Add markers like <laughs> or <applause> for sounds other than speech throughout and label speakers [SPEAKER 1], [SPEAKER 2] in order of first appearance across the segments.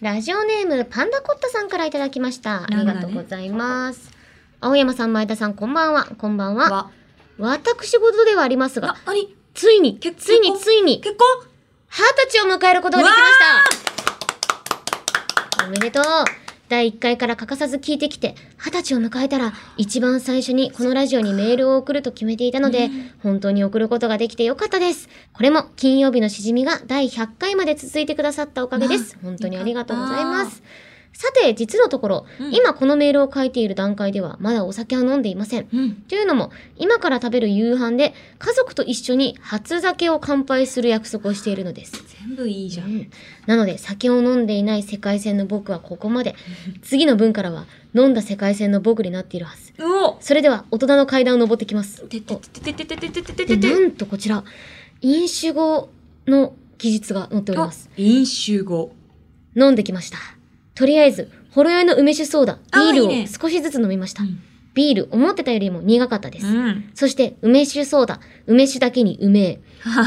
[SPEAKER 1] ラジオネームパンダコッタさんからいただきました。あ
[SPEAKER 2] なるほ
[SPEAKER 1] り
[SPEAKER 2] ど
[SPEAKER 1] が
[SPEAKER 2] ね
[SPEAKER 1] とうございます。青山さん、前田さん、こんばんは。こんばんは。
[SPEAKER 2] わ
[SPEAKER 1] 私事ではありますが
[SPEAKER 2] あ、、なに
[SPEAKER 1] ついに、
[SPEAKER 2] 結婚
[SPEAKER 1] ついに、ついに、
[SPEAKER 2] 結婚
[SPEAKER 1] 二十歳を迎えることができましたおめでとう第1回から欠かさず聞いてきて、二十歳を迎えたら、一番最初にこのラジオにメールを送ると決めていたので、本当に送ることができてよかったです。これも金曜日のしじみが第100回まで続いてくださったおかげです。本当にありがとうございます。さて、実のところ、
[SPEAKER 2] うん
[SPEAKER 1] 今このメールを書いている段階では、まだお酒は飲んでいません。
[SPEAKER 2] うん。
[SPEAKER 1] というのも、今から食べる夕飯で家族と一緒に初酒を乾杯する約束をしているのです。
[SPEAKER 2] 全部いいじゃん。
[SPEAKER 1] なので、酒を飲んでいない世界線の僕はここまで。次の分からは、飲んだ世界線の僕になっているはず。
[SPEAKER 2] うお
[SPEAKER 1] それでは、大人の階段を登ってきます。
[SPEAKER 2] ててててててててて
[SPEAKER 1] で、
[SPEAKER 2] てて
[SPEAKER 1] なんとこちら、飲酒後の記述が載っております。
[SPEAKER 2] 飲酒後。
[SPEAKER 1] 飲んできました。とりあえず、ほろ酔いの梅酒ソーダ、
[SPEAKER 2] あー
[SPEAKER 1] ビール
[SPEAKER 2] いいね
[SPEAKER 1] を少しずつ飲みました。
[SPEAKER 2] うん
[SPEAKER 1] ビール、思ってたよりも苦かったです。
[SPEAKER 2] ん。
[SPEAKER 1] そして、梅酒ソーダ、梅酒だけに梅え。と
[SPEAKER 2] と
[SPEAKER 1] い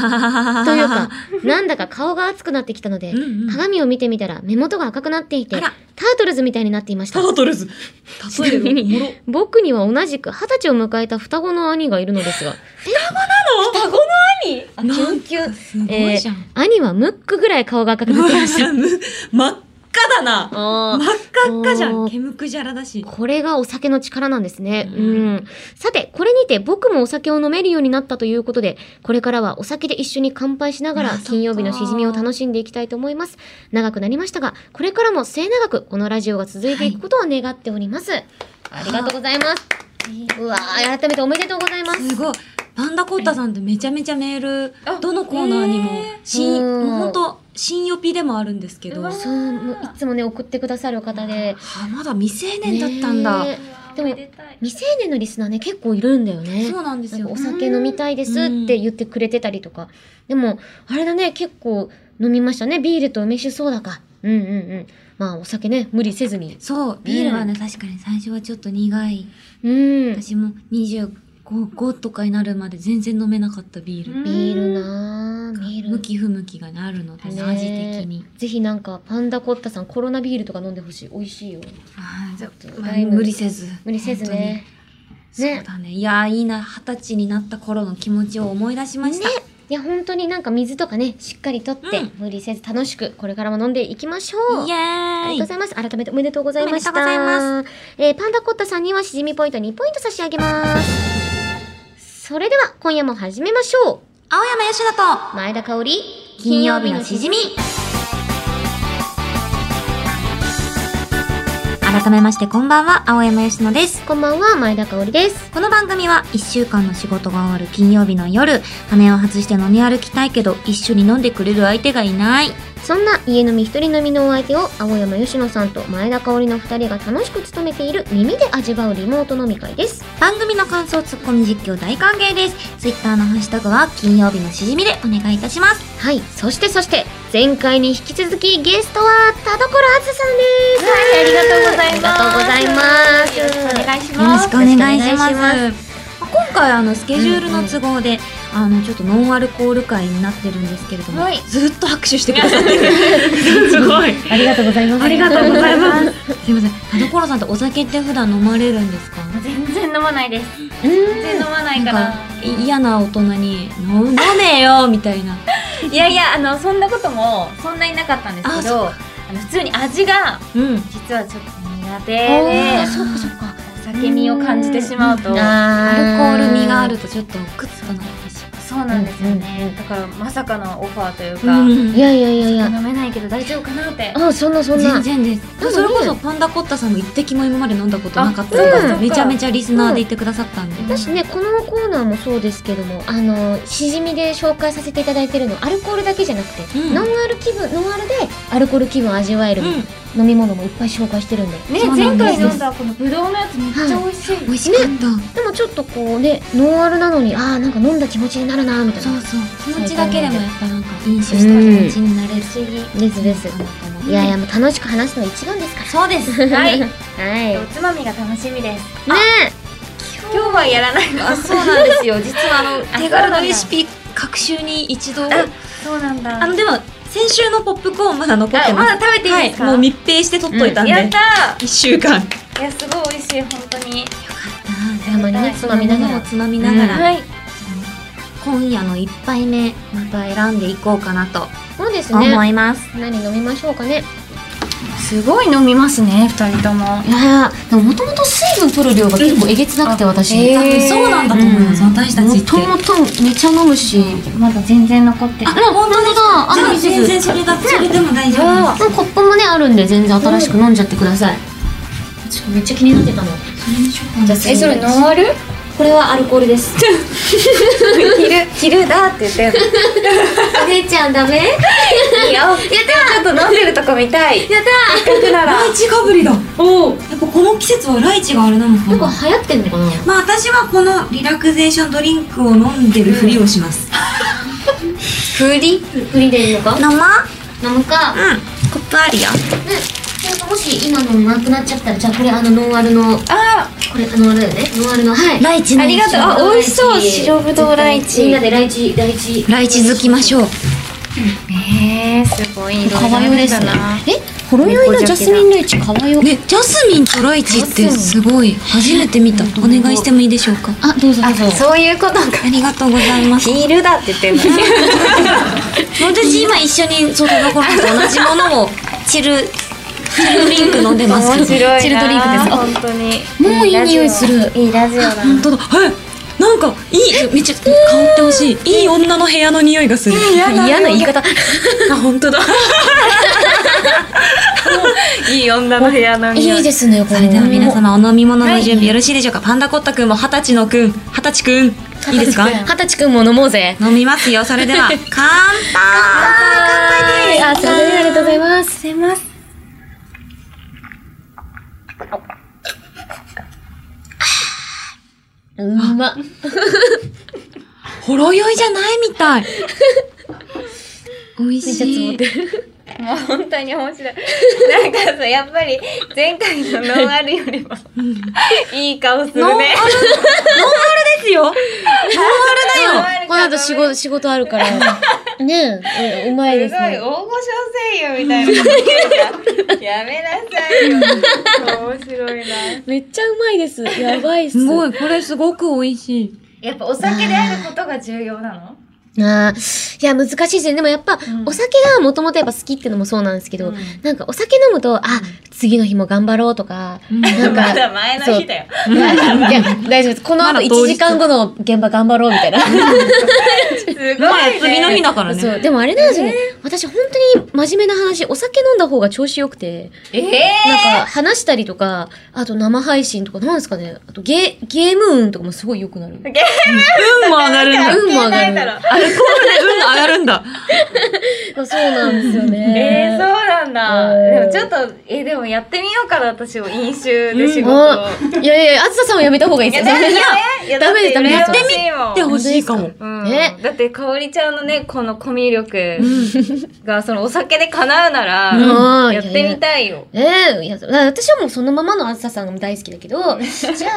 [SPEAKER 1] うか、なんだか顔が熱くなってきたので、
[SPEAKER 2] うんうん
[SPEAKER 1] 鏡を見てみたら目元が赤くなっていて、
[SPEAKER 2] あ
[SPEAKER 1] タ
[SPEAKER 2] ら
[SPEAKER 1] ートルズみたいになっていました
[SPEAKER 2] タ。ートルズ。例えるおもろ。
[SPEAKER 1] 僕には同じく二十歳を迎えた双子の兄がいるのですが、
[SPEAKER 2] 双子の兄あ
[SPEAKER 1] なんか
[SPEAKER 2] すごいじゃん。
[SPEAKER 1] 兄はムックぐらい顔が赤くなっていま
[SPEAKER 2] <laughs>
[SPEAKER 1] した。
[SPEAKER 2] む真っ赤だな。
[SPEAKER 1] あ
[SPEAKER 2] 真っ
[SPEAKER 1] ー
[SPEAKER 2] 赤っかじゃ
[SPEAKER 1] お
[SPEAKER 2] ん。
[SPEAKER 1] ー
[SPEAKER 2] ケムクジャラだし。
[SPEAKER 1] これがお酒の力なんですね。う
[SPEAKER 2] うん
[SPEAKER 1] ん。さて、これにて僕もお酒を飲めるようになったということで、これからはお酒で一緒に乾杯しなが
[SPEAKER 2] あ
[SPEAKER 1] ら
[SPEAKER 2] そっか
[SPEAKER 1] 金曜日のしじみを楽しんでいきたいと思います。長くなりましたが、これからも末永くこのラジオが続いていくことを願っております。ありがとうございます。うわー改めておめでとうございます。
[SPEAKER 2] すごい。パンダコッタさんってめちゃめちゃメール
[SPEAKER 3] あ、
[SPEAKER 2] どのコーナーにも
[SPEAKER 3] へ、
[SPEAKER 2] 新、
[SPEAKER 1] うん
[SPEAKER 2] もうほんと、新予備でもあるんですけど、
[SPEAKER 3] うわ
[SPEAKER 2] は
[SPEAKER 1] そう、もういつもね、送ってくださる方で。
[SPEAKER 2] あ、まだ未成年だったんだ。
[SPEAKER 1] ねえで
[SPEAKER 3] お
[SPEAKER 1] も
[SPEAKER 3] め、でたい
[SPEAKER 1] 未成年のリスナーね、結構いるんだよね。
[SPEAKER 2] そうなんです
[SPEAKER 1] なん
[SPEAKER 2] よ。
[SPEAKER 1] かお酒飲みたいですって言ってくれてたりとか。でも、あれだね、結構飲みましたね。ビールと梅酒ソーダか。うんうんうん。まあ、お酒ね、無理せずに。
[SPEAKER 2] そう、ビールはね、確かに最初はちょっと苦い。
[SPEAKER 1] うん。
[SPEAKER 2] 私も25、5とかになるまで全然飲めなかったビール。
[SPEAKER 1] ビールなぁ、ビール。
[SPEAKER 2] 向き不向きがね、あるので、
[SPEAKER 1] ね
[SPEAKER 2] ね、味的に。
[SPEAKER 1] ぜひなんか、パンダコッタさん、コロナビールとか飲んでほしい。美味しいよ。
[SPEAKER 2] あーじゃあまあ
[SPEAKER 1] だいぶ
[SPEAKER 2] 無理せず。
[SPEAKER 1] 無理せずね。
[SPEAKER 2] 本当に。そうだね。いやー、いいな。二十歳になった頃の気持ちを思い出しました。
[SPEAKER 1] ねいや、本当になんか水とかね、しっかりとって、
[SPEAKER 2] うん
[SPEAKER 1] 無理せず楽しく、これからも飲んでいきましょう。
[SPEAKER 2] イエ
[SPEAKER 1] あり
[SPEAKER 2] ー
[SPEAKER 1] がと
[SPEAKER 2] イ
[SPEAKER 1] うございます。改めておめでとうございました。
[SPEAKER 2] おめでとうござ
[SPEAKER 1] います。えーパンダコッタさんにはしじみポイント2ポイント差し上げます。それでは、今夜も始めましょ
[SPEAKER 2] 青山よしだと
[SPEAKER 1] う。前田香織、
[SPEAKER 2] 金曜日のしじみ。改めましてこんばんは、青山よしのです。
[SPEAKER 1] こんばんは、前田香織です。
[SPEAKER 2] この番組は1週間の仕事が終わる金曜日の夜、羽を外して飲み歩きたいけど一緒に飲んでくれる相手がいない。
[SPEAKER 1] そんな家飲み一人飲みのお相手を、青山吉野さんと前田香織の二人が楽しく務めている耳で味わうリモート飲み会です。
[SPEAKER 2] 番組の感想、ツッコミ実況大歓迎です。ツイッターのハッシュタグは金曜日のしじみでお願いいたします。
[SPEAKER 1] はい、そしてそして、前回に引き続きゲストは、田所あずさんです。
[SPEAKER 3] はいありがとうございます
[SPEAKER 1] ありがとうございます。
[SPEAKER 3] よろしくお願いし
[SPEAKER 2] よろ
[SPEAKER 3] ま
[SPEAKER 2] し
[SPEAKER 3] す
[SPEAKER 2] くお願いし
[SPEAKER 1] よろ
[SPEAKER 2] ま
[SPEAKER 1] し
[SPEAKER 2] す。
[SPEAKER 1] くお願
[SPEAKER 2] まあ今回あのスケジュールの都合で、あのちょっとノンアルコール会になってるんですけれども、
[SPEAKER 3] はい
[SPEAKER 2] ずっと拍手してくださってる。 <laughs> すごい。
[SPEAKER 1] ありがとうございます。
[SPEAKER 2] ありがと
[SPEAKER 1] <laughs>
[SPEAKER 2] うございます。すいません。田所さんってお酒って普段飲まれるんですか？
[SPEAKER 3] 全然飲まないです
[SPEAKER 1] う
[SPEAKER 3] 全
[SPEAKER 1] ん
[SPEAKER 3] 然飲まない
[SPEAKER 2] な
[SPEAKER 3] か
[SPEAKER 2] ん
[SPEAKER 3] ら
[SPEAKER 2] か嫌な大人に飲飲めよみたいな。
[SPEAKER 3] いやいやあのそんなこともそんなになかったんですけどあの普通に味が
[SPEAKER 2] うん。
[SPEAKER 3] 実はちょっと苦手
[SPEAKER 1] あ
[SPEAKER 3] で
[SPEAKER 1] ーそっかそっか。
[SPEAKER 3] お酒味を感じてしまうとそう
[SPEAKER 2] ア
[SPEAKER 1] ア
[SPEAKER 2] ルコール味があ
[SPEAKER 1] る。
[SPEAKER 2] るとちょっとクッとなってし
[SPEAKER 3] なんですよ
[SPEAKER 1] うんう
[SPEAKER 3] ね
[SPEAKER 1] ん
[SPEAKER 3] だからまさかのオファーという
[SPEAKER 2] ま
[SPEAKER 3] か
[SPEAKER 2] う。
[SPEAKER 1] いやいやいやいや。
[SPEAKER 3] 飲めないけど大丈夫かなって
[SPEAKER 1] あ、そんなそんな。
[SPEAKER 2] 全然です。
[SPEAKER 1] でもね
[SPEAKER 2] それこそパンダコッタさんも一滴も今まで飲んだことなかったの
[SPEAKER 1] あそう
[SPEAKER 2] が、
[SPEAKER 1] か
[SPEAKER 2] めちゃめちゃリスナーで言ってくださったんで。
[SPEAKER 1] 私ね、このコーナーもそうですけども、あの、しじみで紹介させていただいてるの、アルコールだけじゃなくて、
[SPEAKER 2] うん
[SPEAKER 1] ノンアル気分、ノンアルでアルコール気分を味わえる、
[SPEAKER 2] うん。
[SPEAKER 1] 飲み物もいっぱい紹介してるんで。
[SPEAKER 3] ね
[SPEAKER 2] そうなんで
[SPEAKER 3] 前
[SPEAKER 2] す
[SPEAKER 3] 回飲んだこのブドウのやつめっちゃ美味しい
[SPEAKER 2] 美味しかった。
[SPEAKER 1] でもちょっとこうね、ノンアルなのに、ああ、なんか飲んだ気持ちになるなーみたい
[SPEAKER 2] そ
[SPEAKER 1] な
[SPEAKER 2] う。そう気持ちだけでもやっぱなんか飲酒した気持ちになれるし、
[SPEAKER 1] ですです。いやいや、もう楽しく話すの一番ですか
[SPEAKER 2] そうです
[SPEAKER 3] はい
[SPEAKER 1] ら。 <laughs> はい。ね
[SPEAKER 3] おつまみが楽しみです
[SPEAKER 1] え。
[SPEAKER 3] 今日はやらない
[SPEAKER 2] あそうなん
[SPEAKER 3] <laughs>
[SPEAKER 2] ですよ実はあの
[SPEAKER 3] あ
[SPEAKER 2] 手軽なレシピ各週に一度
[SPEAKER 3] あそうなんだ
[SPEAKER 2] あのでも先週のポップコーンまだ残ってます。
[SPEAKER 3] あまだ食べていいですか
[SPEAKER 2] はい、もう密閉して取っといたんで。
[SPEAKER 3] やった
[SPEAKER 2] 一週間。よか
[SPEAKER 3] ーいやすごい美味しい本当に
[SPEAKER 2] った
[SPEAKER 1] たまにね、つまみながら。
[SPEAKER 2] つまみながら、
[SPEAKER 3] はい
[SPEAKER 2] 今夜の一杯目また選んでいこうかなと
[SPEAKER 1] そうです
[SPEAKER 2] 思
[SPEAKER 1] ね。
[SPEAKER 2] います。
[SPEAKER 1] 何飲みましょうかね。
[SPEAKER 3] すごい飲みますね二人とも
[SPEAKER 1] いやーでももともと水分取る量が結構えげつなくて、私。
[SPEAKER 3] えー
[SPEAKER 2] そうなんだと思います。
[SPEAKER 3] うん
[SPEAKER 2] 私たちって。
[SPEAKER 1] もともとめちゃ飲むし。
[SPEAKER 3] まだ全然残ってる
[SPEAKER 1] あ、もう本当だ。あ
[SPEAKER 2] じゃ
[SPEAKER 1] の
[SPEAKER 2] あ全然それだそれでも大丈夫です。
[SPEAKER 1] もうコップもねあるんで全然新しく飲んじゃってください、ちょっとめっちゃ気になってたの
[SPEAKER 2] それにしようかな
[SPEAKER 1] じゃあ
[SPEAKER 3] えそれノンアル
[SPEAKER 1] これはアルコールです
[SPEAKER 3] 昼昼だって言ってんの
[SPEAKER 1] お姉ちゃんダメやっ
[SPEAKER 3] いいよやったちょっと飲んでるとこ見たい
[SPEAKER 1] た
[SPEAKER 3] せっかくなら
[SPEAKER 2] ライチかぶりだ。や
[SPEAKER 3] おお
[SPEAKER 2] っぱこの季節はライチがあれなのか
[SPEAKER 1] ーな
[SPEAKER 2] な。
[SPEAKER 1] んか流行ってんのかな
[SPEAKER 2] まあ私はこのリラクゼーションドリンクを飲んでるふりをします。
[SPEAKER 1] 振り振りでいいのか
[SPEAKER 2] 飲ま
[SPEAKER 1] 飲むか
[SPEAKER 2] うん。コップあるよ。
[SPEAKER 1] ねなんかもし今のなくなっちゃったらじゃあこれあのノンアルのこ
[SPEAKER 3] あ
[SPEAKER 1] れノンアルだよねノンアルのはい
[SPEAKER 2] ライチ
[SPEAKER 3] ありがとうあ美味しそう白ぶどうライチ
[SPEAKER 1] みんなでライチライチ
[SPEAKER 2] ライチ好きましょう。
[SPEAKER 3] えー、すごい色々
[SPEAKER 1] かわよですね
[SPEAKER 3] あるんだな
[SPEAKER 1] えほろ酔いのジャスミンライチかわよ
[SPEAKER 2] ね、ジャスミンとライチってすごい初めて見た。お願いしてもいいでしょうか。
[SPEAKER 1] あどうぞどうぞ
[SPEAKER 3] あそういうことか
[SPEAKER 2] <laughs> ありがとうございます。
[SPEAKER 3] ヒールだって言ってんのに
[SPEAKER 2] 私今一緒に外の頃と同じものをチルチルドリンク飲んで
[SPEAKER 3] 面
[SPEAKER 2] ます
[SPEAKER 3] 白
[SPEAKER 2] けど。
[SPEAKER 3] いな
[SPEAKER 2] チルドリンクです。あ
[SPEAKER 3] 本当に
[SPEAKER 1] もういい匂いする
[SPEAKER 3] いいラジオだ
[SPEAKER 2] 本当だ。はい。なんかいいめっちゃ香ってほしい。いい女の部屋の匂いがする。
[SPEAKER 1] 嫌な言い方
[SPEAKER 2] あ本当だ。
[SPEAKER 3] いい女の部屋の匂い
[SPEAKER 1] いいですねこ
[SPEAKER 2] そ
[SPEAKER 1] れ
[SPEAKER 2] れでは皆様お飲み物の準
[SPEAKER 1] はい
[SPEAKER 2] 備よろしいでしょうか。パンダコッタくんも二十歳のくん、二十歳くんいいで
[SPEAKER 1] <laughs>
[SPEAKER 2] すか。
[SPEAKER 1] 二十歳くんも飲もうぜ
[SPEAKER 2] 飲みますよ。それで <laughs> は乾杯。
[SPEAKER 1] はいあそれではありがとうございます
[SPEAKER 2] せます。
[SPEAKER 1] うま
[SPEAKER 2] ほろ酔いじゃないみたい。美味しい。
[SPEAKER 3] もう本当に面白い。なんかさ、やっぱり前回のノンアルよりも、いい顔するね。
[SPEAKER 2] ノンアル、ノンアルですよ。ノンアルだよ。
[SPEAKER 3] だ
[SPEAKER 1] この後仕事、仕事あるから。ねえ、ううまい
[SPEAKER 3] すごい、
[SPEAKER 1] ですね
[SPEAKER 3] 大。御所声優みたいな。やめなさいよ。面白いな。
[SPEAKER 1] めっちゃうまいです。やばいっ
[SPEAKER 2] <laughs> すご
[SPEAKER 1] い。
[SPEAKER 2] い、これすごく美味しい。
[SPEAKER 3] やっぱお酒であることが重要なの
[SPEAKER 1] あーいや、難しいですね。でもやっぱ、
[SPEAKER 3] ん
[SPEAKER 1] お酒がもともとやっぱ好きってのもそうなんですけど、
[SPEAKER 3] うん
[SPEAKER 1] なんかお酒飲むと、あ、次の日も頑張ろうとか、なん
[SPEAKER 3] ま
[SPEAKER 1] か、
[SPEAKER 3] だ前の日だよ。
[SPEAKER 1] いや、大丈夫です。この
[SPEAKER 2] ま
[SPEAKER 1] 後
[SPEAKER 2] だ
[SPEAKER 1] 1
[SPEAKER 2] 当日
[SPEAKER 1] 時間後の現場頑張ろうみたいな。
[SPEAKER 3] すごい、ね。
[SPEAKER 2] まあ、次の日だから
[SPEAKER 1] そう。
[SPEAKER 2] ね。
[SPEAKER 1] でもあれなんですよね。私本当に真面目な話、お酒飲んだ方が調子良くて。
[SPEAKER 3] えー、
[SPEAKER 1] なんか話したりとか、あと生配信とか、なんですかね、あとゲゲーム運とかもすごい良くなる。
[SPEAKER 3] ゲ
[SPEAKER 2] 運も上がるんだ。アルコ
[SPEAKER 1] 運も上が
[SPEAKER 3] 関係ないだろ
[SPEAKER 1] る。
[SPEAKER 2] ールで運が上がるんだ。
[SPEAKER 1] そうなんですよ <laughs>
[SPEAKER 3] えー、そう
[SPEAKER 1] ね。
[SPEAKER 3] なんだ。
[SPEAKER 1] えー
[SPEAKER 3] でもちょっと、えーでもやってみようかな、私も飲酒で仕事を。
[SPEAKER 1] いやいやいや、あずささんはやめた方がいいですよ。
[SPEAKER 3] いやだって
[SPEAKER 1] ダメです
[SPEAKER 3] やって
[SPEAKER 1] ダメ
[SPEAKER 3] み
[SPEAKER 2] ってほしいかも。
[SPEAKER 3] うん
[SPEAKER 1] ね
[SPEAKER 3] だってかおりちゃんのねこのコミュ力がそのお酒で叶うなら、
[SPEAKER 1] うん
[SPEAKER 3] やってみたいよ。
[SPEAKER 1] ええいや、だから私はもうそのままのあずささんが大好きだけど、じゃ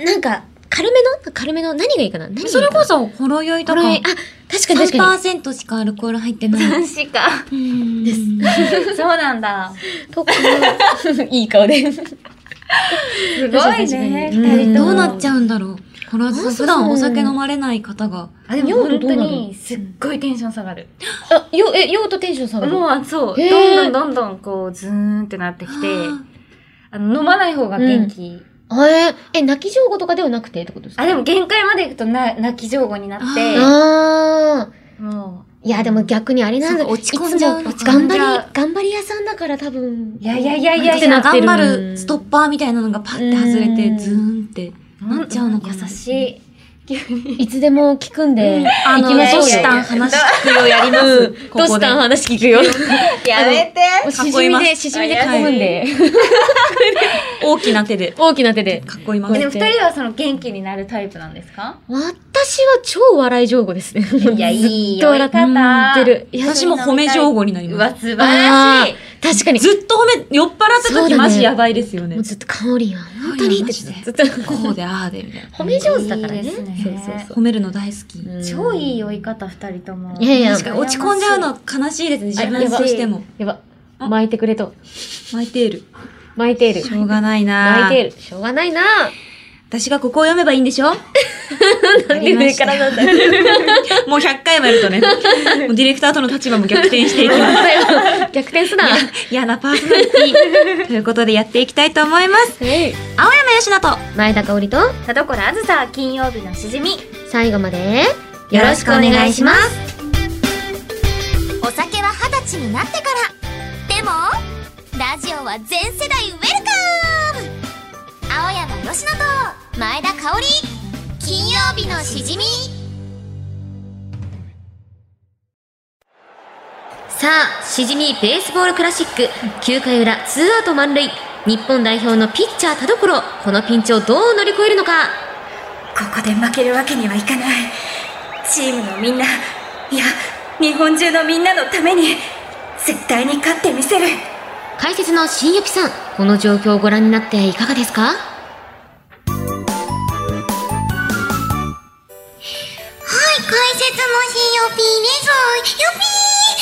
[SPEAKER 1] あ、なんか、軽めの軽めの何がいいかな何がいいかな
[SPEAKER 2] それこそ、ほろ酔い
[SPEAKER 1] ことれ、
[SPEAKER 2] か
[SPEAKER 1] あ、。確かに確か
[SPEAKER 2] 3%しかアルコール入ってない。
[SPEAKER 3] 確か。
[SPEAKER 2] <laughs> です。
[SPEAKER 3] そうなんだ。
[SPEAKER 1] に。とか、 <laughs> いい顔で。
[SPEAKER 3] すごいね。
[SPEAKER 1] <laughs> うん
[SPEAKER 3] 二人と
[SPEAKER 2] ど
[SPEAKER 3] も
[SPEAKER 2] うなっちゃうんだろう。これは
[SPEAKER 1] そう
[SPEAKER 2] 普段お酒飲まれない方が。
[SPEAKER 3] あでも
[SPEAKER 1] 酔うと
[SPEAKER 3] 本
[SPEAKER 1] どう
[SPEAKER 3] 当
[SPEAKER 1] なる
[SPEAKER 3] にすっごいテンション下がる。
[SPEAKER 1] あ、よ、え、ようとテンション下がる。
[SPEAKER 3] もうそう、
[SPEAKER 1] へー
[SPEAKER 3] どんどんどんどんこうズーンってなってきて、あの飲まない方が元気。
[SPEAKER 1] あえーえ、泣き上戸とかではなくてってことですか
[SPEAKER 3] あでも限界まで行くとな泣き上戸になって、
[SPEAKER 1] あー。
[SPEAKER 3] も
[SPEAKER 1] いや、でも逆にあれなんだ
[SPEAKER 2] そう落ち込んじゃうの
[SPEAKER 1] いつ
[SPEAKER 2] か
[SPEAKER 1] も
[SPEAKER 2] な
[SPEAKER 1] 頑張り
[SPEAKER 3] じゃあ、
[SPEAKER 1] 頑張り屋さんだから多分。
[SPEAKER 3] ういやいやいやい
[SPEAKER 2] い
[SPEAKER 3] や
[SPEAKER 2] や
[SPEAKER 3] い
[SPEAKER 2] い
[SPEAKER 3] や
[SPEAKER 1] な
[SPEAKER 2] や、
[SPEAKER 1] ってる
[SPEAKER 2] 頑張るストッパーみたいなのがパッて外れ
[SPEAKER 1] う
[SPEAKER 2] て、
[SPEAKER 1] ん
[SPEAKER 2] ズーンって。なっちゃうのかな
[SPEAKER 3] 優しい。
[SPEAKER 1] いつでも聞くんで。
[SPEAKER 2] あ
[SPEAKER 1] 行
[SPEAKER 2] の、
[SPEAKER 1] きましょうよ
[SPEAKER 2] どうしたん話聞くよやります。ここで
[SPEAKER 1] どうしたん話聞くよ。
[SPEAKER 3] やめて
[SPEAKER 1] もうし
[SPEAKER 2] 囲
[SPEAKER 1] じ
[SPEAKER 2] い
[SPEAKER 1] み
[SPEAKER 2] ま
[SPEAKER 1] で、
[SPEAKER 2] す
[SPEAKER 1] しじみで囲むんで。
[SPEAKER 2] 大きな手で
[SPEAKER 1] 大きな手で。
[SPEAKER 2] 囲います。
[SPEAKER 3] で
[SPEAKER 1] ね
[SPEAKER 3] も二人はその元気になるタイプなんですか
[SPEAKER 1] 私は超笑い上手ですね。
[SPEAKER 3] いやいい
[SPEAKER 1] ずっと笑
[SPEAKER 3] 酔い方
[SPEAKER 1] ってる。いや、
[SPEAKER 2] 私も褒め上手になり
[SPEAKER 3] う
[SPEAKER 2] ま
[SPEAKER 3] わ、
[SPEAKER 2] す。
[SPEAKER 3] 素晴らしい
[SPEAKER 1] あー確かに。
[SPEAKER 2] ずっと褒め、酔っ払っ
[SPEAKER 1] そ
[SPEAKER 2] た
[SPEAKER 1] うだ
[SPEAKER 2] 時
[SPEAKER 1] ね
[SPEAKER 2] マジやばいですよね
[SPEAKER 1] もう。ずっと香りは、本当にってずっと。
[SPEAKER 2] こうでああでみたいな。
[SPEAKER 1] 褒め上手だからね。
[SPEAKER 3] いいですね
[SPEAKER 1] そうそうそう
[SPEAKER 2] 褒めるの大好き。
[SPEAKER 1] うん。
[SPEAKER 3] 超いい酔い方二人とも。
[SPEAKER 1] いやいや
[SPEAKER 2] 確かに落ち込んじゃうの悲しいですね。自分としても。
[SPEAKER 1] やば。巻いてくれと。
[SPEAKER 2] 巻いている。
[SPEAKER 1] 巻いている。
[SPEAKER 2] しょうがないな
[SPEAKER 1] 巻いている。しょうがないな
[SPEAKER 2] 私がここを読めばいいんでしょ
[SPEAKER 1] なんで上から <laughs> なんだよ。
[SPEAKER 2] <laughs> もう100回もやるとね。もうディレクターとの立場も逆転していきます。
[SPEAKER 1] 逆転 <laughs> すな。は
[SPEAKER 2] 嫌なパーソナリティ。ということでやっていきたいと思います。
[SPEAKER 1] い
[SPEAKER 2] 青山よしなと。
[SPEAKER 1] 前田香織と、
[SPEAKER 3] 田所あずさ金曜日のしじみ
[SPEAKER 1] 最後まで、。
[SPEAKER 2] よろしくお願いします
[SPEAKER 4] お酒は二十歳になってからでもラジオは全世代ウェルカム青山よしと前田香織金曜日のしじみ
[SPEAKER 1] さあ、しじみベースボールクラシック、9回裏、ツーアウト満塁。日本代表のピッチャー田所、このピンチをどう乗り越えるのか。
[SPEAKER 3] ここで負けるわけにはいかないチームのみんないや日本中のみんなのために絶対に勝ってみせる
[SPEAKER 1] 解説の新ゆきさん、この状況をご覧になっていかがですか
[SPEAKER 4] はい解説のひよぴーですよぴ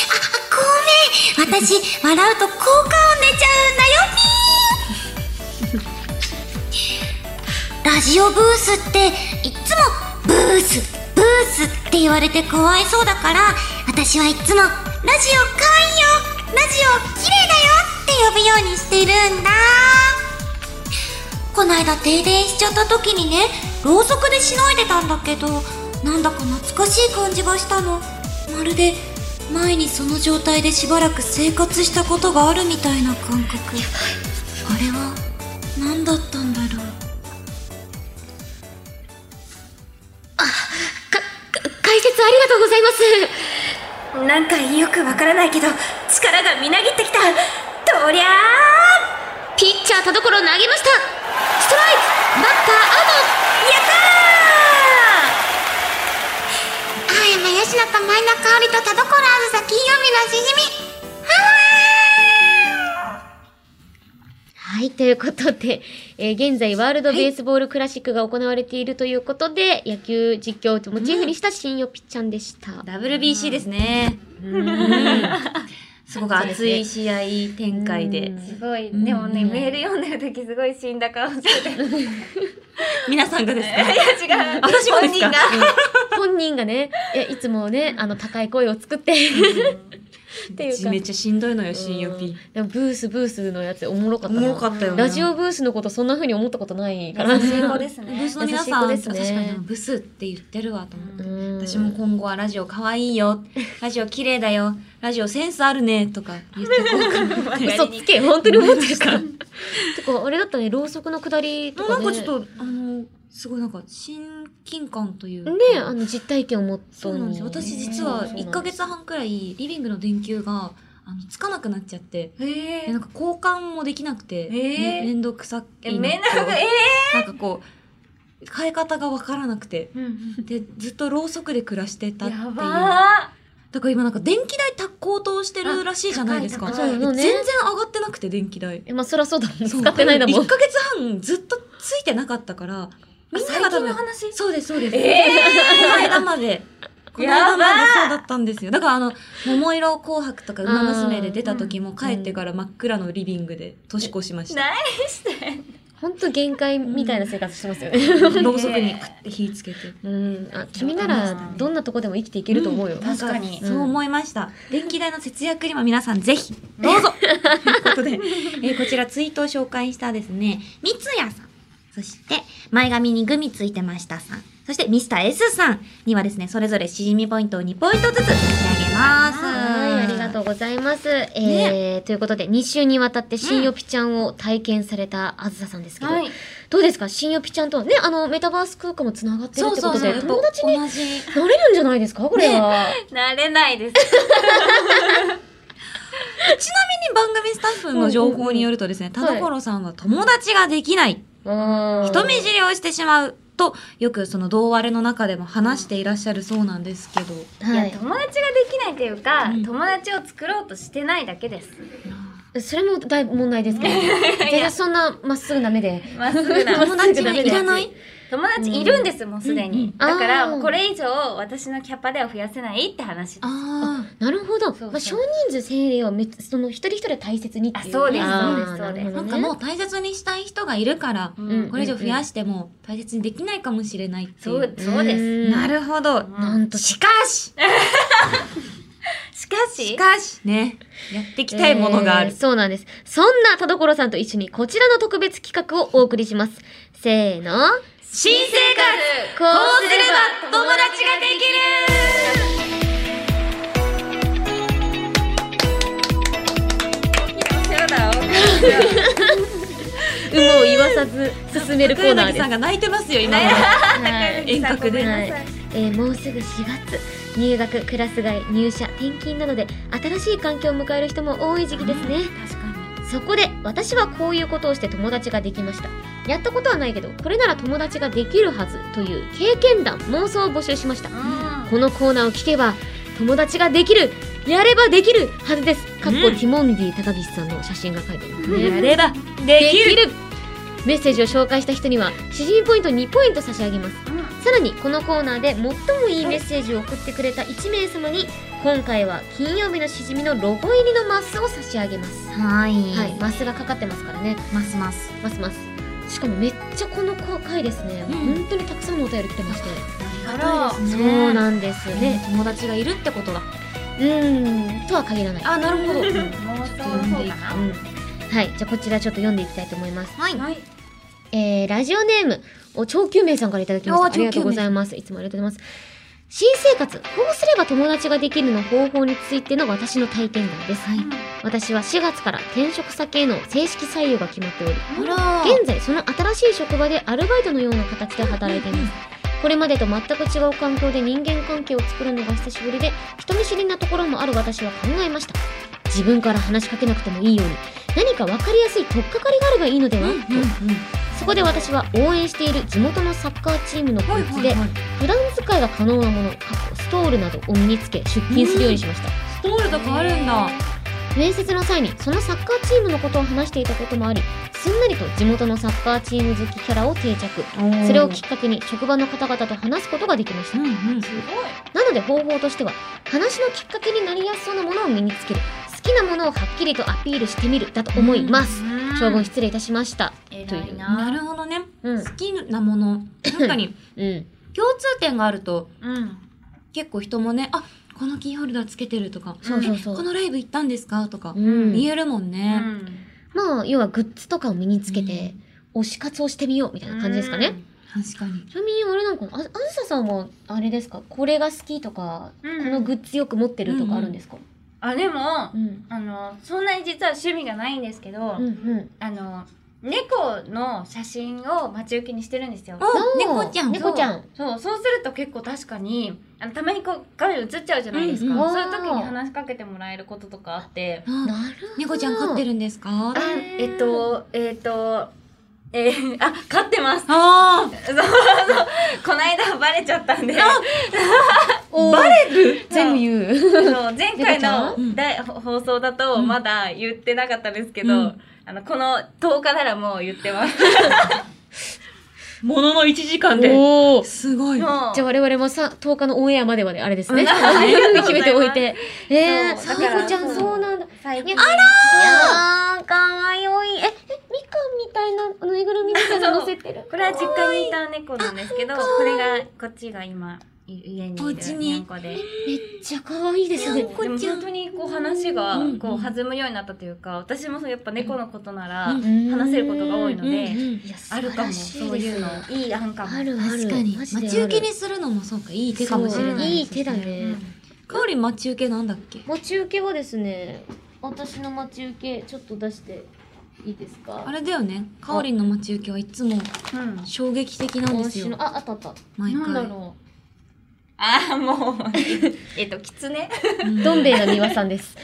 [SPEAKER 4] ーあごめん私笑うと効果音出ちゃうんだよぴーラジオブースっていっつもブースブースって言われてかわいそうだから私はいっつもラジオかんよラジオきれいだよって呼ぶようにしてるんだこないだ停電しちゃった時にねろうそくでしのいでたんだけどなんだか懐かしい感じがしたのまるで前にその状態でしばらく生活したことがあるみたいな感覚あれは何だったんだろう
[SPEAKER 1] 解説ありがとうございます。
[SPEAKER 3] なんかよくわからないけど力がみなぎってきたとりゃ
[SPEAKER 1] ピッチャー田所投げましたストライクバッターアウ
[SPEAKER 4] 青山よしなと前田香織と田所あずさ金曜日のしじみ
[SPEAKER 1] トはい、ということで、えー現在ワールドベースボールクラシックが行われているということで、野球実況をモチーフにした新よぴっちゃんでした。
[SPEAKER 2] WBC ですね。すごく熱い試合展開で。
[SPEAKER 3] すごい
[SPEAKER 2] うん
[SPEAKER 3] でもねメール読んでる時すごい死んだ顔してていや違う
[SPEAKER 2] 皆さんがですか私も
[SPEAKER 3] 本
[SPEAKER 2] です
[SPEAKER 3] 人
[SPEAKER 2] か
[SPEAKER 3] が
[SPEAKER 1] <laughs> 本人がね、え <laughs> いつもね、あの、高い声を作 <laughs> って、っていうか
[SPEAKER 2] めっちゃしんどいのよ、新予備。
[SPEAKER 1] でもブースブースのやつおもろか
[SPEAKER 2] お
[SPEAKER 1] ったな
[SPEAKER 2] もろかったよね。
[SPEAKER 1] ラジオブースのことそんな風に思ったことないから。
[SPEAKER 3] 優しい子です
[SPEAKER 2] ブー
[SPEAKER 3] ね
[SPEAKER 2] スの皆さん、
[SPEAKER 1] 優しい子
[SPEAKER 2] 確
[SPEAKER 1] で
[SPEAKER 2] か
[SPEAKER 1] すね
[SPEAKER 2] にブスって言ってるわと思って。
[SPEAKER 1] うん
[SPEAKER 2] 私も今後はラジオ可愛いよ、ラジオ綺麗だよ、ラジオセンスあるね、とか言ってこうかなって。
[SPEAKER 1] 嘘つけ本当に思ってるから。とかあれだったねろうそくのくだりと
[SPEAKER 2] も
[SPEAKER 1] か
[SPEAKER 2] うな
[SPEAKER 1] ね。
[SPEAKER 2] んかちょっと、あの、すごいなんか親近感というか。
[SPEAKER 1] ねあの実体験を持った
[SPEAKER 2] そうなんですよ私実は1ヶ月半くらいリビングの電球があのつかなくなっちゃって
[SPEAKER 3] へ
[SPEAKER 2] でなんか交換もできなくて、
[SPEAKER 3] えー
[SPEAKER 2] ねめんどくさい
[SPEAKER 3] え
[SPEAKER 2] の
[SPEAKER 3] めんどく
[SPEAKER 2] と
[SPEAKER 3] え
[SPEAKER 2] なんかこう変え方がわからなくてでずっとろうそくで暮らしてた
[SPEAKER 3] ー
[SPEAKER 2] っていう
[SPEAKER 3] やば
[SPEAKER 2] だ
[SPEAKER 3] ー
[SPEAKER 2] から今なんか電気代た高騰してるらしいじゃないですか
[SPEAKER 3] あ高い
[SPEAKER 1] 高い
[SPEAKER 2] で
[SPEAKER 1] そうね
[SPEAKER 2] 全然上がってなくて電気代
[SPEAKER 1] えまあそりゃそうだもん
[SPEAKER 2] そ
[SPEAKER 1] 使
[SPEAKER 2] う
[SPEAKER 1] ってないんだもん
[SPEAKER 2] 1ヶ月半ずっとついてなかったからみんなが多分
[SPEAKER 3] 話
[SPEAKER 2] そうです、そうです。
[SPEAKER 3] え
[SPEAKER 2] この間まで。この間までそうだったんですよ。だからあの、桃色紅白とか馬娘で出た時も帰ってから真っ暗のリビングで年越しました。
[SPEAKER 3] 何してん
[SPEAKER 1] 本当限界みたいな生活してますよね。
[SPEAKER 2] ろうそくにカッて火つけて。
[SPEAKER 1] うんあ君ならどんなとこでも生きていけると思うよ。
[SPEAKER 2] ん
[SPEAKER 3] 確かに
[SPEAKER 2] そう思いました。電気代の節約にも皆さんぜひ、どうぞということで、えーこちらツイートを紹介したですね、三ツ矢さん、そして前髪にグミついてましたさん、そしてミスター S さんにはですね、それぞれしじみポイントを2ポイントずつ差し上げます。
[SPEAKER 1] はい、ありがとうございます。えーということで、2週にわたって新よぴちゃんを体験されたあずささんですけど、
[SPEAKER 3] はい
[SPEAKER 1] どうですか新よぴちゃんとはね、あの、メタバース空間もつながってる
[SPEAKER 2] そ
[SPEAKER 1] っ
[SPEAKER 2] う
[SPEAKER 1] て
[SPEAKER 2] そ
[SPEAKER 1] こと
[SPEAKER 2] うそう、
[SPEAKER 1] で、
[SPEAKER 2] やっぱ
[SPEAKER 1] 友達にな
[SPEAKER 2] 同じ。
[SPEAKER 1] れるんじゃないですかこれは。
[SPEAKER 3] 慣れないです。
[SPEAKER 2] 番組スタッフの情報によるとですね、
[SPEAKER 1] うんうん
[SPEAKER 2] 田所さんは友達ができない、
[SPEAKER 1] うん
[SPEAKER 2] 人見知りをしてしまうと、よくその同割れの中でも話していらっしゃるそうなんですけど。
[SPEAKER 1] はい
[SPEAKER 3] や
[SPEAKER 1] い。
[SPEAKER 3] 友達ができないというか、友達を作ろうとしてないだけです。
[SPEAKER 1] それも大問題
[SPEAKER 3] <laughs>
[SPEAKER 1] ですけど。全然そんなまっすぐな目で。
[SPEAKER 3] まっすぐな
[SPEAKER 1] <laughs> 友達がいらない
[SPEAKER 3] 友達いるんですもんすで
[SPEAKER 2] うんう
[SPEAKER 3] に
[SPEAKER 2] ん
[SPEAKER 1] あー
[SPEAKER 3] だからもうこれ以上私のキャパでは増やせないって話
[SPEAKER 2] あ
[SPEAKER 1] なるほど。
[SPEAKER 3] そうそう
[SPEAKER 1] まあ、少人数整理をめその一人一人大切にっていう。
[SPEAKER 3] あそうです
[SPEAKER 1] あー
[SPEAKER 3] そうです
[SPEAKER 1] なる
[SPEAKER 2] あ。
[SPEAKER 1] ほど
[SPEAKER 2] なん
[SPEAKER 1] ね
[SPEAKER 2] かもう大切にしたい人がいるから、
[SPEAKER 3] うん
[SPEAKER 2] これ以上増やしても大切にできないかもしれないってい
[SPEAKER 3] そう
[SPEAKER 2] う。
[SPEAKER 3] そうです
[SPEAKER 1] うん
[SPEAKER 2] なるほど。
[SPEAKER 1] なんと
[SPEAKER 2] しかし
[SPEAKER 3] しかし
[SPEAKER 2] しかしね、やっていきたいものがあ
[SPEAKER 1] え
[SPEAKER 2] る
[SPEAKER 1] ー。そうなんです。そんな田所さんと一緒にこちらの特別企画をお送りします。せーの。
[SPEAKER 2] 新生活
[SPEAKER 1] こ
[SPEAKER 2] こうすれば友達ができ
[SPEAKER 1] 有無を言わさず進める
[SPEAKER 2] る
[SPEAKER 1] コーナーです
[SPEAKER 2] さん。が泣いてますよ、今。
[SPEAKER 1] はい
[SPEAKER 2] 遠隔で。
[SPEAKER 1] はいえーもうすぐ4月入学クラス外入社転勤などで新しい環境を迎える人も多い時期ですね、
[SPEAKER 2] 確か
[SPEAKER 1] そこで私はこういうことをして友達ができましたやったことはないけどこれなら友達ができるはずという経験談妄想を募集しましたこのコーナーを聞けば友達ができるやればできるはずですかっこ
[SPEAKER 2] うん
[SPEAKER 1] ティモンディ高岸さんの写真が書いてあります
[SPEAKER 2] に。
[SPEAKER 1] ね
[SPEAKER 2] やれば、で
[SPEAKER 1] で
[SPEAKER 2] き
[SPEAKER 1] き
[SPEAKER 2] る。
[SPEAKER 1] るメッセージを紹介した人には詩人ポイント2ポイント差し上げます、さらにこのコーナーで最もいいメッセージを送ってくれた1名様に今回は金曜日のしじみのロゴ入りのマスを差し上げます、
[SPEAKER 2] はい
[SPEAKER 1] はいマスがかかってますからね
[SPEAKER 2] ますます。
[SPEAKER 1] マスマスしかもめっちゃこの回ですね、
[SPEAKER 2] うん
[SPEAKER 1] 本当にたくさんのお便り来てまして、
[SPEAKER 2] あら、
[SPEAKER 1] そうなんですよ
[SPEAKER 2] ね
[SPEAKER 1] ね、
[SPEAKER 2] 友達がいるってことだ。
[SPEAKER 1] うんとは限らない
[SPEAKER 2] あ、なるほ
[SPEAKER 1] <laughs>
[SPEAKER 2] ど。
[SPEAKER 3] 妄想
[SPEAKER 2] の方か
[SPEAKER 1] うんはいじゃあこちらちょっと読んでいきたいと思います
[SPEAKER 2] はい。
[SPEAKER 1] えー、ラジオネーム、お、超久名さんからいただきました。
[SPEAKER 2] あ
[SPEAKER 1] あ
[SPEAKER 2] ー
[SPEAKER 1] りがとうございます。いつもありがとうございます。新生活、こうすれば友達ができるの方法についての私の体験談です。私は4月から転職先への正式採用が決まっており、
[SPEAKER 2] あら
[SPEAKER 1] 現在その新しい職場でアルバイトのような形で働いています。これまでと全く違う環境で人間関係を作るのが久しぶりで、人見知りなところもある私は考えました。自分から話しかけなくてもいいように、何か分かりやすい取っかかりがあればいいのでは、とそこで私は応援している地元のサッカーチームのコーチで、普段使いが可能なもの、かっこストールなどを身につけ出勤するようにしました。
[SPEAKER 2] ストールとかあるんだ。
[SPEAKER 1] 面接の際にそのサッカーチームのことを話していたこともあり、すんなりと地元のサッカーチーム好きキャラを定着。それをきっかけに職場の方々と話すことができました
[SPEAKER 2] うん。うん。
[SPEAKER 1] なので方法としては、話のきっかけになりやすそうなものを身につける。好きなものをはっきりとアピールしてみるだと思います。長文失礼いたしました。という。
[SPEAKER 2] なるほどね。
[SPEAKER 1] うん
[SPEAKER 2] 好きなもの。確かに、
[SPEAKER 1] うん。
[SPEAKER 2] 共通点があると、結構人もね、あ、このキーホルダーつけてるとか、
[SPEAKER 1] そうそうそう
[SPEAKER 2] えこのライブ行ったんですかとか、
[SPEAKER 1] うん
[SPEAKER 2] 言えるもんね。
[SPEAKER 1] まあ、要はグッズとかを身につけて、推し活をしてみようみたいな感じですかね。
[SPEAKER 2] 確かに。
[SPEAKER 1] ちなみに、あれなんか、ああずささんは、あれですかこれが好きとか、
[SPEAKER 3] うん
[SPEAKER 1] このグッズよく持ってるとかあるんですか
[SPEAKER 3] あでも
[SPEAKER 1] うん。
[SPEAKER 3] あのそんなに実は趣味がないんですけど、
[SPEAKER 1] うんうん。
[SPEAKER 3] あの猫の写真を待ち受けにしてるんですよ。
[SPEAKER 2] お、
[SPEAKER 1] なお
[SPEAKER 2] 猫ちゃん。
[SPEAKER 1] 猫ちゃん。
[SPEAKER 3] そうそうすると結構確かにあのたまにこう画面映っちゃうじゃないですか、
[SPEAKER 1] うんうん
[SPEAKER 3] そういう時に話しかけてもらえることとかあって
[SPEAKER 2] あ
[SPEAKER 1] なるほど。
[SPEAKER 2] 猫ちゃん飼って
[SPEAKER 1] る。
[SPEAKER 2] るんですか
[SPEAKER 3] あえっとえっとえー、あ飼ってます
[SPEAKER 2] あ
[SPEAKER 3] そうそうこの間バレちゃったんで
[SPEAKER 1] バレる全
[SPEAKER 3] 全
[SPEAKER 1] 部
[SPEAKER 3] 部
[SPEAKER 1] 言う。
[SPEAKER 3] そう前
[SPEAKER 2] 猫
[SPEAKER 3] 回の
[SPEAKER 2] ちゃん
[SPEAKER 3] 大放送だとまだ言ってなかったですけど、
[SPEAKER 2] うん
[SPEAKER 3] あのこの10日ならもう言ってます
[SPEAKER 2] あ。ものの1時間。
[SPEAKER 1] おー
[SPEAKER 2] すごい。
[SPEAKER 3] もう
[SPEAKER 1] じゃあ我々もさ、10日のオンエアまではね、あれですね。
[SPEAKER 3] うんありがとうございます
[SPEAKER 1] 決めておいて。えー、
[SPEAKER 3] そうだから
[SPEAKER 1] 猫ちゃんそうなんだ。
[SPEAKER 3] 最近
[SPEAKER 1] あらーかわいい。え、え、みかんみたいなぬいぐるみみたいなの乗せてる。
[SPEAKER 3] これは実家にいた猫なんですけどこれがこっちが今い家に
[SPEAKER 2] お
[SPEAKER 3] い
[SPEAKER 2] 家
[SPEAKER 3] る
[SPEAKER 2] に
[SPEAKER 3] にゃんこで。
[SPEAKER 1] めっちゃ可愛いですね。
[SPEAKER 3] でも本当にこう話が
[SPEAKER 2] うん
[SPEAKER 3] こう弾むようになったというか、私もそうやっぱ猫のことなら
[SPEAKER 2] うん
[SPEAKER 3] 話せることが多いの
[SPEAKER 2] うんうん
[SPEAKER 3] で、
[SPEAKER 1] いや
[SPEAKER 3] あるかもそういうのいい案かも。
[SPEAKER 1] あるある。
[SPEAKER 2] 確かに。
[SPEAKER 1] マ
[SPEAKER 2] 待
[SPEAKER 1] ジである
[SPEAKER 2] ち受けにするのもそうか、いい手かもしれ
[SPEAKER 1] そ
[SPEAKER 2] な
[SPEAKER 1] う
[SPEAKER 2] い。
[SPEAKER 1] いい手だ。ね。
[SPEAKER 2] かおりん待ち受けなんだっけ
[SPEAKER 1] 待ち受けはですね、私の待ち受けちょっと出していいですか。
[SPEAKER 2] あれだよね。かおりんの待ち受けはいつも
[SPEAKER 3] うん
[SPEAKER 2] 衝撃的なんで
[SPEAKER 1] 今
[SPEAKER 2] す
[SPEAKER 1] 週
[SPEAKER 2] よ
[SPEAKER 1] の。ああったあった。
[SPEAKER 2] 毎
[SPEAKER 3] なんだ
[SPEAKER 2] 回。
[SPEAKER 3] ろ
[SPEAKER 5] ああ、
[SPEAKER 2] <laughs>
[SPEAKER 5] もう。えっと、キツネ。
[SPEAKER 1] どん兵衛の庭さんです。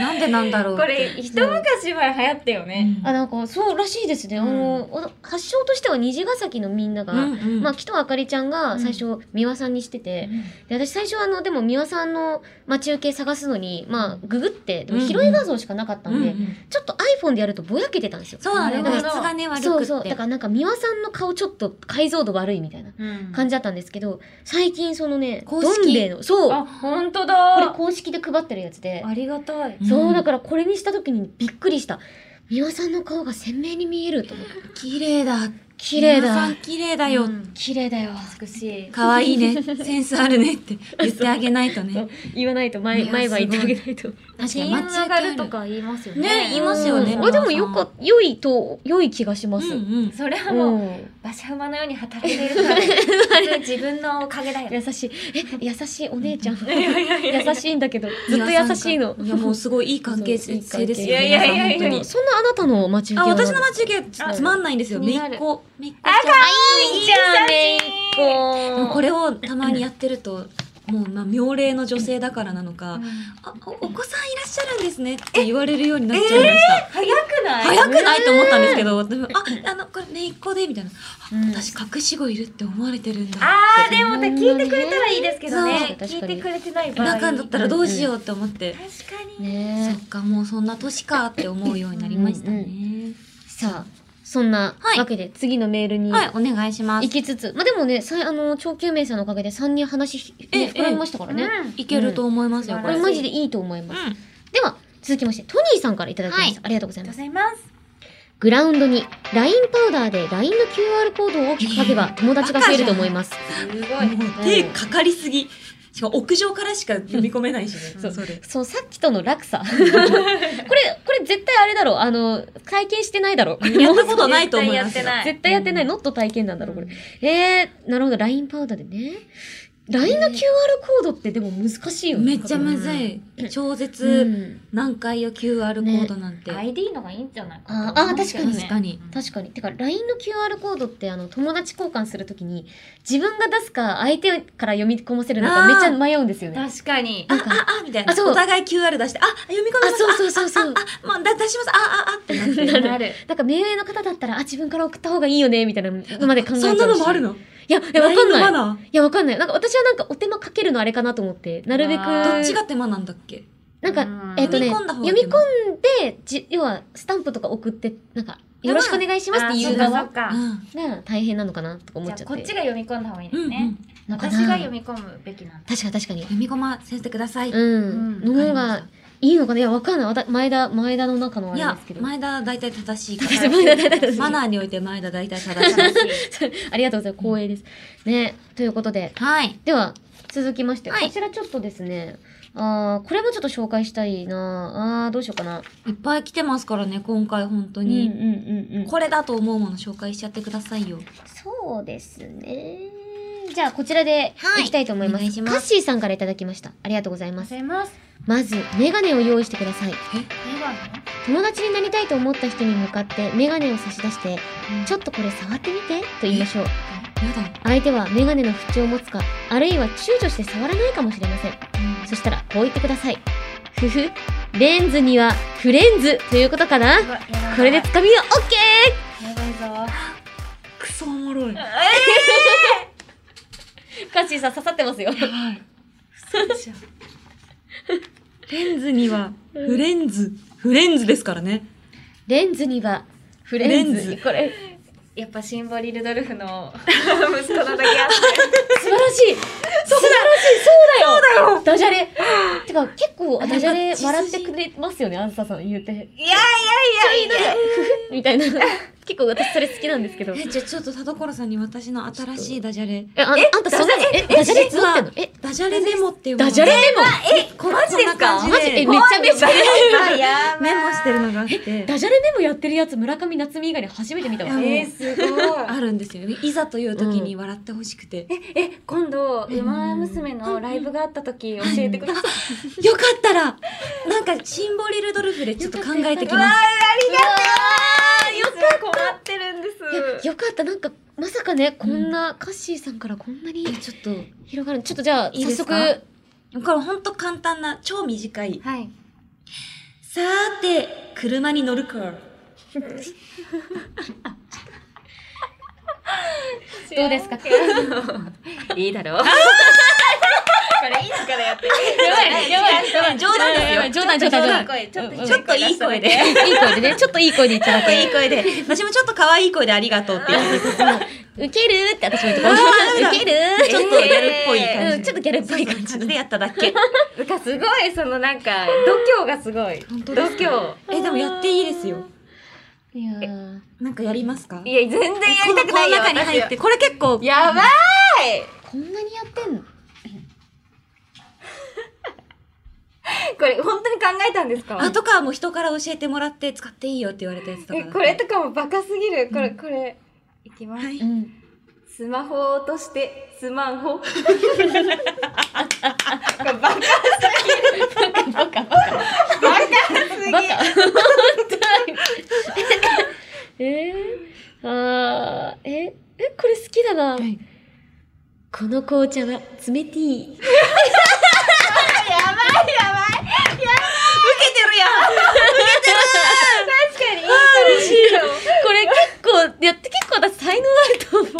[SPEAKER 2] なんでなんだろう
[SPEAKER 5] こ
[SPEAKER 2] って
[SPEAKER 5] れ、一昔前流行ったよね。
[SPEAKER 1] <laughs> あ、なんか、そうらしいですね。あの、お発祥としては虹ヶ崎のみんなが、
[SPEAKER 2] うんうん
[SPEAKER 1] まあ、木戸あかりちゃんが最初、美輪さんにしてて、で私最初はあの、でも美輪さんの待ち受け探すのに、まあ、ググって、でも
[SPEAKER 2] うん
[SPEAKER 1] 拾い画像しかなかった
[SPEAKER 2] うん
[SPEAKER 1] んで、
[SPEAKER 2] うん
[SPEAKER 1] ちょっと iPhone でやるとぼやけてたんですよ。
[SPEAKER 2] そうなんだよ
[SPEAKER 5] な
[SPEAKER 2] 画
[SPEAKER 5] る
[SPEAKER 2] 質
[SPEAKER 5] ほど
[SPEAKER 2] がね悪くって
[SPEAKER 1] そうそう。だからなんか美輪さんの顔ちょっと解像度悪いみたいな
[SPEAKER 5] うん
[SPEAKER 1] 感じだったんですけど、最近そのね、
[SPEAKER 2] 公式
[SPEAKER 1] どん兵衛の、そう
[SPEAKER 5] あ、本当
[SPEAKER 1] これ
[SPEAKER 5] だ。
[SPEAKER 1] 公式で配ってるやつで、
[SPEAKER 5] ありがたい。
[SPEAKER 1] そうう、
[SPEAKER 2] ん
[SPEAKER 1] だからこれにした時にびっくりした。美輪さんの顔が鮮明に見えると思って。
[SPEAKER 2] 綺麗だ
[SPEAKER 1] 綺麗
[SPEAKER 2] 皆さ
[SPEAKER 1] だ
[SPEAKER 2] ん。綺麗だよ、
[SPEAKER 5] うん
[SPEAKER 1] 綺麗だよ。
[SPEAKER 5] 美しい。
[SPEAKER 2] 可愛いねセンスあるねって言ってあげないとね
[SPEAKER 1] 言わないと、
[SPEAKER 2] い
[SPEAKER 1] 毎
[SPEAKER 2] や
[SPEAKER 1] 毎晩言ってあげないと。
[SPEAKER 2] 確か
[SPEAKER 5] 金
[SPEAKER 2] に
[SPEAKER 5] 運上がる
[SPEAKER 2] 待
[SPEAKER 5] と
[SPEAKER 2] ち受
[SPEAKER 5] か言いますよ
[SPEAKER 2] け
[SPEAKER 5] ね。
[SPEAKER 2] ね言いますよね
[SPEAKER 1] うんあ、でもよ
[SPEAKER 2] っ
[SPEAKER 1] か、良いと、良い気がしま
[SPEAKER 2] う
[SPEAKER 1] す。
[SPEAKER 2] ん
[SPEAKER 1] う
[SPEAKER 2] うん
[SPEAKER 5] それはもう、
[SPEAKER 1] ん。
[SPEAKER 5] 馬車馬のように働いてるから、それ自分のおかげだよ。
[SPEAKER 1] 優しい。え、優しいお姉ちゃん。
[SPEAKER 5] いやいやいやいや
[SPEAKER 1] 優しいんだけど、ずっと優しいの。
[SPEAKER 2] いやもうすごいいい関
[SPEAKER 1] <laughs>
[SPEAKER 2] 係性ですよね
[SPEAKER 1] いや
[SPEAKER 5] いやいやいや
[SPEAKER 2] 皆さん本当に
[SPEAKER 1] そんなあなたの待ち受
[SPEAKER 2] あ
[SPEAKER 1] けは
[SPEAKER 2] 私の待ち受け
[SPEAKER 1] あ
[SPEAKER 2] つまんないんですよ
[SPEAKER 5] 気
[SPEAKER 2] め
[SPEAKER 5] に
[SPEAKER 2] い
[SPEAKER 5] なる
[SPEAKER 2] っ子めいっ子
[SPEAKER 5] あ、
[SPEAKER 2] ちゃん
[SPEAKER 5] いいじゃん、めいっ
[SPEAKER 2] でも
[SPEAKER 5] 子。
[SPEAKER 2] これをたまにやってるともうまあ妙齢の女性だからなのかあおお子さんいらっしゃるんですねって言われるようになっちゃいました、
[SPEAKER 5] 早くない
[SPEAKER 2] 早くないと思ったんですけど、でもあ、あの、これ、めいっ子で、みたいな。あ
[SPEAKER 1] うん
[SPEAKER 2] 私、隠し子いるって思われてるんだ。
[SPEAKER 5] あー、でも聞いてくれたらいいですけど
[SPEAKER 1] そう
[SPEAKER 5] ね。
[SPEAKER 1] 確
[SPEAKER 5] 聞
[SPEAKER 1] か
[SPEAKER 5] い
[SPEAKER 1] に
[SPEAKER 5] てくれてない場合。
[SPEAKER 2] 中だったらどうしようって思って。
[SPEAKER 5] 確かに。
[SPEAKER 1] ね
[SPEAKER 2] そっか、もうそんな年かって思うようになりました
[SPEAKER 1] う
[SPEAKER 2] ね。
[SPEAKER 1] んさあ、そんな
[SPEAKER 2] はい
[SPEAKER 1] わけで次のメールに
[SPEAKER 2] はい、お願いしま
[SPEAKER 1] 行
[SPEAKER 2] す。
[SPEAKER 1] きつつ、まあでもね、さいあの、超救命さんのおかげで3人話ひ
[SPEAKER 2] え
[SPEAKER 1] ね膨らみましたからね。
[SPEAKER 5] うん
[SPEAKER 2] いけると思いますよ、
[SPEAKER 5] うん
[SPEAKER 1] こ
[SPEAKER 2] これ。
[SPEAKER 1] れ
[SPEAKER 2] うん。
[SPEAKER 1] マジでいいと思います。
[SPEAKER 2] あ
[SPEAKER 1] では、続きまして、トニーさんからいただきました。
[SPEAKER 2] は
[SPEAKER 1] ありがとうござ
[SPEAKER 5] あ
[SPEAKER 1] い
[SPEAKER 5] りがとう
[SPEAKER 1] ま
[SPEAKER 5] ござ
[SPEAKER 1] す。
[SPEAKER 5] います。
[SPEAKER 1] グラウンドに LINE パウダーで LINE の QR コードを大きく書けば友達が増えると思います。
[SPEAKER 5] すごい。
[SPEAKER 2] もう手かかりすぎ。しかも屋上からしか読み込めないしね。そう、それ。
[SPEAKER 1] そう、さっきとの落 <laughs> 差。これ、これ絶対あれだろう。あの、体験してないだろう。
[SPEAKER 2] やったことないと思います
[SPEAKER 5] 絶対やっ
[SPEAKER 2] よ
[SPEAKER 5] てない
[SPEAKER 1] <laughs> 絶対やってない、ノット体験なんだろう、これ。えー、なるほど、ラインパウダーでね。LINE の QR コードってでも難しいよね。
[SPEAKER 2] めっちゃむずい。超
[SPEAKER 1] う
[SPEAKER 2] 絶
[SPEAKER 1] ん。
[SPEAKER 2] 難解よ、QR コードなんて。
[SPEAKER 5] ID のがいいんじゃない
[SPEAKER 1] あ
[SPEAKER 5] か
[SPEAKER 1] ーあー確かに
[SPEAKER 2] 確かに。
[SPEAKER 1] 確かに。てか、LINE の QR コードって、あの、友達交換するときに、自分が出すか、相手から読み込ませるのか、
[SPEAKER 2] あ
[SPEAKER 1] め
[SPEAKER 2] ー
[SPEAKER 1] っちゃ迷うんですよね。
[SPEAKER 5] 確かに。
[SPEAKER 2] あ、
[SPEAKER 1] なんか
[SPEAKER 2] あ、あ、みたいな
[SPEAKER 1] あ。そう
[SPEAKER 2] お互い QR 出して、あ、読み込みます。
[SPEAKER 1] あそうそうそうそう
[SPEAKER 2] あ、あ、あまあ、だ出します。あ、あ、あってなって。
[SPEAKER 5] なる。
[SPEAKER 1] なんか、目上の方だったら、あ、自分から送った方がいいよね、みたいなのまで考えちゃ
[SPEAKER 2] そ
[SPEAKER 1] うん
[SPEAKER 2] なのもある
[SPEAKER 1] の
[SPEAKER 2] の
[SPEAKER 1] いや、いやわかん
[SPEAKER 2] LINE のマ
[SPEAKER 1] ない。
[SPEAKER 2] ナー
[SPEAKER 1] いや、わかんない。なんか、私はなんか、お手間かけるのあれかなと思って、なるべく。
[SPEAKER 5] あー
[SPEAKER 2] どっちが手間なんだっけ
[SPEAKER 1] なんか
[SPEAKER 5] うん、
[SPEAKER 1] えっ、とね、
[SPEAKER 2] 読み込んだ方が
[SPEAKER 1] 読み込んで、じ要は、スタンプとか送って、なんか、よろしくお願いしますっていう
[SPEAKER 5] あーそ
[SPEAKER 1] 側
[SPEAKER 5] っか
[SPEAKER 2] う
[SPEAKER 5] そっか
[SPEAKER 2] ん。
[SPEAKER 1] が大変なのかなとか思っちゃ
[SPEAKER 5] じ
[SPEAKER 1] っ
[SPEAKER 5] ゃ
[SPEAKER 1] て。
[SPEAKER 5] あこっちが読み込んだ方がいいで
[SPEAKER 2] うんう
[SPEAKER 5] す
[SPEAKER 2] ん、
[SPEAKER 5] ね。
[SPEAKER 1] のか
[SPEAKER 5] 私
[SPEAKER 1] な
[SPEAKER 5] が読み込むべきなん
[SPEAKER 1] <laughs>
[SPEAKER 5] だ。
[SPEAKER 1] 確かに確かに。
[SPEAKER 2] 読み込ませてください。
[SPEAKER 1] うん。の方がいいのかな、いや、わかんないわた。前田、前田の中のあ
[SPEAKER 2] い
[SPEAKER 1] れで
[SPEAKER 2] や
[SPEAKER 1] すけ、ど。
[SPEAKER 2] 前田大体正しいか。
[SPEAKER 1] 確からに前田だった
[SPEAKER 2] マナーにおいて前田大体正しい。
[SPEAKER 5] 正しい
[SPEAKER 1] <laughs> ありがとうございます。光栄です。ね。ということで、
[SPEAKER 2] はい。
[SPEAKER 1] では、続きまして、
[SPEAKER 2] はい
[SPEAKER 1] こちらちょっとですね、あーこれもちょっと紹介したいなあーどうしようかな。
[SPEAKER 2] いっぱい来てますからね、今回本当
[SPEAKER 1] うんうん
[SPEAKER 2] に。
[SPEAKER 1] うんうん。
[SPEAKER 2] これだと思うもの紹介しちゃってくださいよ。
[SPEAKER 1] そうですね。じゃあ、こちらで
[SPEAKER 2] はい
[SPEAKER 1] いきたいと思います。
[SPEAKER 2] お願いします
[SPEAKER 1] カッシーさんからいただきました。ありがとうござ
[SPEAKER 5] あ
[SPEAKER 1] い
[SPEAKER 5] りがとうご
[SPEAKER 1] ます。
[SPEAKER 5] ざいます。
[SPEAKER 1] まず、メガネを用意してください。
[SPEAKER 5] 二番ね
[SPEAKER 1] 友達になりたいと思った人に向かってメガネを差し出して、ちょっとこれ触ってみて、と言いましょう。
[SPEAKER 2] やだ。
[SPEAKER 1] 相手はメガネの縁を持つか、あるいは躊躇して触らないかもしれません。そしたら、こう言ってください。ふふ、レンズにはフレンズということかな
[SPEAKER 5] うわやばい
[SPEAKER 1] これで
[SPEAKER 5] や
[SPEAKER 1] つかみの OK!
[SPEAKER 5] ばいぞ。
[SPEAKER 2] クソおもろい。や
[SPEAKER 1] カッシーさん刺さってますよ。
[SPEAKER 2] ばい。レンズには、フレンズ。フレンズですからね。
[SPEAKER 1] レンズにはフレンズ。
[SPEAKER 2] レンズ
[SPEAKER 1] これ、
[SPEAKER 5] やっぱシンボリルドルフの息子のだけあって。
[SPEAKER 1] 素晴らしい素晴らしいそうだよダジャレてか結構ダジャレ笑ってくれますよねあんささん言うて
[SPEAKER 5] いやいやいやいや。
[SPEAKER 1] みたいな <laughs> 結構私それ好きなんですけどえ
[SPEAKER 2] え、じゃあちょっと田所さんに私の新しいダジャレ。
[SPEAKER 1] ああんたそんなのえダジャレ
[SPEAKER 2] 実は
[SPEAKER 1] 持ってんのえ
[SPEAKER 2] ダジャレメモっていうもの
[SPEAKER 1] ダジャレメ
[SPEAKER 2] え、こマジですか
[SPEAKER 1] モマジえめちゃめちゃ
[SPEAKER 5] あやばい
[SPEAKER 2] メモしてるのがあって、
[SPEAKER 1] ダジャレメモやってるやつ村上夏実以外で初めて見たわ
[SPEAKER 2] いや
[SPEAKER 5] えー、すごい。
[SPEAKER 2] あるんですよね。いざという時に笑ってほしくて。
[SPEAKER 5] え、今度、馬娘のライブがあった時教えてください。
[SPEAKER 2] よかったら、なんかシンボリルドルフでちょっと考えてき
[SPEAKER 5] うわ
[SPEAKER 2] ます。
[SPEAKER 5] <laughs> ありがとう。よく困ってるんです。
[SPEAKER 1] よかったなんかまさかね、こんな、カッシーさんからこんなに
[SPEAKER 2] いやちょっと
[SPEAKER 1] 広がる。ちょっとじゃあ、
[SPEAKER 2] いいで
[SPEAKER 1] 早
[SPEAKER 2] す
[SPEAKER 1] 速
[SPEAKER 2] か、これほんと簡単な超短い
[SPEAKER 3] はい。
[SPEAKER 2] さーて車に乗るか
[SPEAKER 1] どうですか
[SPEAKER 3] いいだろう。これいいのからやって。やばい、やばい、
[SPEAKER 1] <laughs>
[SPEAKER 3] やばい。
[SPEAKER 2] 冗談ですよ
[SPEAKER 1] 冗談、冗談、冗談。
[SPEAKER 3] ちょっと、
[SPEAKER 2] ちょっといい声で
[SPEAKER 1] いい声でね、ちょっといい声で言ってもらっ
[SPEAKER 2] いい声で私もちょっと可愛い声でありがとうっ
[SPEAKER 1] <laughs>
[SPEAKER 2] て言う
[SPEAKER 1] て。ウケるって私も言ってこ
[SPEAKER 2] あー
[SPEAKER 1] ウケる
[SPEAKER 2] ちょっとギャルっぽい感じ、
[SPEAKER 1] うんちょっとギャルっぽい感じ
[SPEAKER 2] じでやっただけ
[SPEAKER 3] なんかすごい、そのなんか、度胸がすごい。度胸。
[SPEAKER 2] えでもやっていいですよ
[SPEAKER 1] いやー
[SPEAKER 2] なんかやりますか
[SPEAKER 3] いや、全然やりたくないよ。
[SPEAKER 2] このこの中に入ってこれ結構
[SPEAKER 3] 私やばい
[SPEAKER 1] こんなにやってんの
[SPEAKER 3] これ、本当に考えたんですか
[SPEAKER 2] あとかもう人から教えてもらって使っていいよって言われたやつとか
[SPEAKER 3] え
[SPEAKER 2] だ、
[SPEAKER 3] これとかもバカすぎる。これ、これ。いきます。
[SPEAKER 2] はい
[SPEAKER 1] うん。
[SPEAKER 3] スマホを落として、スマンホ。これバカすぎる。バカ、バカ、バカ。バカすぎる。
[SPEAKER 1] <laughs> えー、あー、え、え、これ好きだな。
[SPEAKER 2] い
[SPEAKER 1] この紅茶は冷ティ <laughs> ー。
[SPEAKER 3] 確かに、いい楽しいよ。
[SPEAKER 1] これ結構、やって結構私才能あると思う。
[SPEAKER 2] こ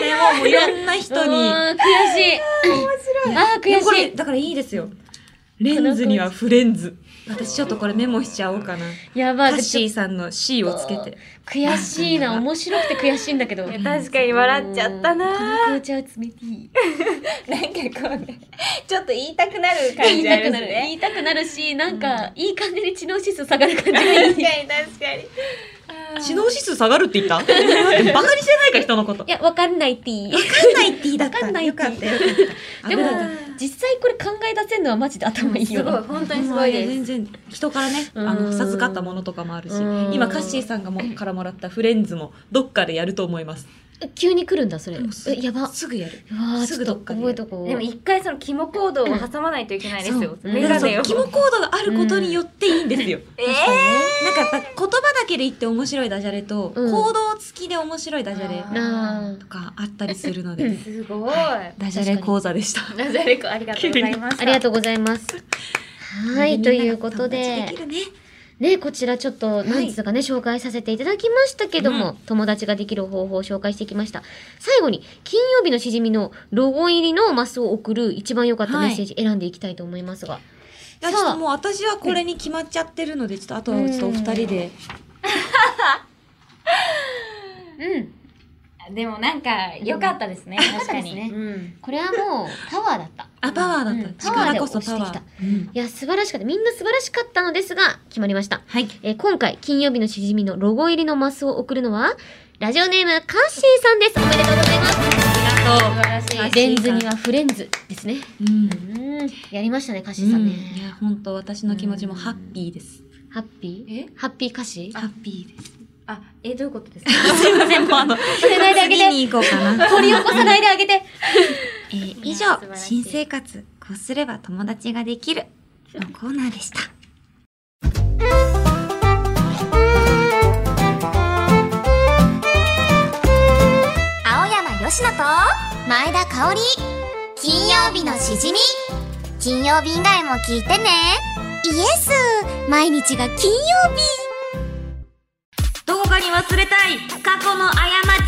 [SPEAKER 2] れももういろんな人に
[SPEAKER 1] あー悔しい。面白い。あー、
[SPEAKER 2] でもこ
[SPEAKER 1] 悔し
[SPEAKER 2] れ
[SPEAKER 1] い。
[SPEAKER 2] だからいいですよレンズにはフレンズ私ちょっとこれメモしちゃおうかな
[SPEAKER 1] や
[SPEAKER 2] カ
[SPEAKER 1] ばい。
[SPEAKER 2] ッシ
[SPEAKER 1] ち
[SPEAKER 2] ーさんの C をつけて
[SPEAKER 1] 悔しいな。面白くて悔しいんだけど。こ <laughs>
[SPEAKER 3] い
[SPEAKER 1] の
[SPEAKER 3] や確かに笑っちゃったな
[SPEAKER 1] 紅茶は冷ティー。
[SPEAKER 3] なんかこうね、ちょっと言いたくなる感じありますね。
[SPEAKER 1] 言いたくなるし、なんか、いい感じに知能指数下がる感じがいい。<laughs>
[SPEAKER 3] 確
[SPEAKER 1] い
[SPEAKER 3] かに確かに。
[SPEAKER 2] 知能指数下がるって言った <laughs> バカにしてないか人のこと
[SPEAKER 1] や、わかんないティー。
[SPEAKER 2] わかんないって言いだった
[SPEAKER 1] わかんない
[SPEAKER 2] よかったよかった
[SPEAKER 1] でも
[SPEAKER 2] 危なかっ、
[SPEAKER 1] 実際これ考え出せるのはマジで頭いい
[SPEAKER 3] す
[SPEAKER 1] よ
[SPEAKER 3] ごい、
[SPEAKER 1] な。
[SPEAKER 3] 本当
[SPEAKER 2] た
[SPEAKER 3] にすごいです。
[SPEAKER 2] 全然人からねあ
[SPEAKER 1] う
[SPEAKER 2] の
[SPEAKER 1] ん
[SPEAKER 2] 授かったものとかもあるし
[SPEAKER 1] うん
[SPEAKER 2] 今カッシーさんがもからもらったフレンズもどっかでやると思います
[SPEAKER 1] 急に来るんだ、それ
[SPEAKER 2] もうす。
[SPEAKER 1] え、やば。うわ
[SPEAKER 2] すぐやる
[SPEAKER 1] ー、
[SPEAKER 2] す
[SPEAKER 1] ちょ
[SPEAKER 2] ぐ
[SPEAKER 1] っ
[SPEAKER 2] ど
[SPEAKER 1] と
[SPEAKER 2] っかで
[SPEAKER 1] 覚えとこう。
[SPEAKER 3] でも一回その肝行動を挟まないといけないですよ。
[SPEAKER 1] うん
[SPEAKER 3] メガネを。
[SPEAKER 2] 肝コードがあることによっていいんですよ
[SPEAKER 3] えー
[SPEAKER 2] なんかやっぱ言葉だけで言って面白いダジャレと、
[SPEAKER 1] うん
[SPEAKER 2] 行動付きで面白いダジャレ
[SPEAKER 3] あ
[SPEAKER 1] な
[SPEAKER 2] とかあったりするので、
[SPEAKER 1] うん
[SPEAKER 3] すごい。
[SPEAKER 2] ダジャレ講座でした。
[SPEAKER 3] なぜれこありがとうございました。
[SPEAKER 1] <laughs> ありがとうございます。はい、ということ
[SPEAKER 2] 友達
[SPEAKER 1] で
[SPEAKER 2] き。るね
[SPEAKER 1] ね、こちらちょっと、なんつうかね、紹介させていただきましたけども、
[SPEAKER 2] うん
[SPEAKER 1] 友達ができる方法を紹介してきました。最後に、金曜日のしじみのロゴ入りのマスを送る一番良かったメッセージ選んでいきたいと思いますが。
[SPEAKER 2] いやちょっともう私はこれに決まっちゃってるので、ちょっとあとはちょっとお二人で。
[SPEAKER 1] うん。
[SPEAKER 3] でもなんか、良かったですね。確かに。
[SPEAKER 1] ねこれはもう、パワーだった。
[SPEAKER 2] あ、パワーだった。
[SPEAKER 1] うん
[SPEAKER 2] 力こそパワ
[SPEAKER 1] パワーで押。
[SPEAKER 2] ーう
[SPEAKER 1] い
[SPEAKER 2] ん
[SPEAKER 1] や、素晴らしかった。みんな素晴らしかったのですが、決まりました。
[SPEAKER 2] はい。
[SPEAKER 1] えー今回、金曜日のしじみのロゴ入りのマスを送るのは、ラジオネーム、カッシーさんです。おめでとうございます。
[SPEAKER 2] あ
[SPEAKER 3] 素晴らしい。
[SPEAKER 2] はい
[SPEAKER 1] レンズにはフレンズですね。
[SPEAKER 2] とう。うん。
[SPEAKER 1] うん。やりましたね、カッシー
[SPEAKER 2] う
[SPEAKER 1] さん
[SPEAKER 2] ん
[SPEAKER 1] ね。
[SPEAKER 2] いや、本当私の気持ちもハッピーです。
[SPEAKER 1] ハッピー
[SPEAKER 3] え
[SPEAKER 1] ハッピー歌詞
[SPEAKER 2] ハッピーです。
[SPEAKER 3] あ、え、どういうことですか
[SPEAKER 2] すいません、もうあの、
[SPEAKER 1] れないであげて
[SPEAKER 2] 次に行こうかな。
[SPEAKER 1] 掘り起こさないであげて
[SPEAKER 2] えー以
[SPEAKER 3] い
[SPEAKER 2] 上
[SPEAKER 3] や素晴、らしい
[SPEAKER 2] 新生活、こうすれば友達ができるのコーナーでした。
[SPEAKER 6] 青山よしと前田香織金曜日のしじみ金曜日以外も聞いてねイエス毎日が金曜日
[SPEAKER 2] 動画に忘れたい過去の過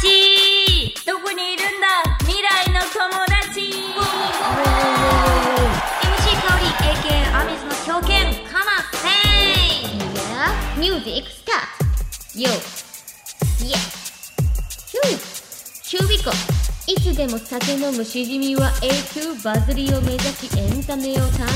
[SPEAKER 2] ちどこにいるんだ未来の友達 MC 香り AK アミスの狂犬カナセイ
[SPEAKER 1] Yeah, music start! Yo! Yeah! ヒューヒュービコいつでも酒飲むしじみは永久バズりを目指しエンタメを探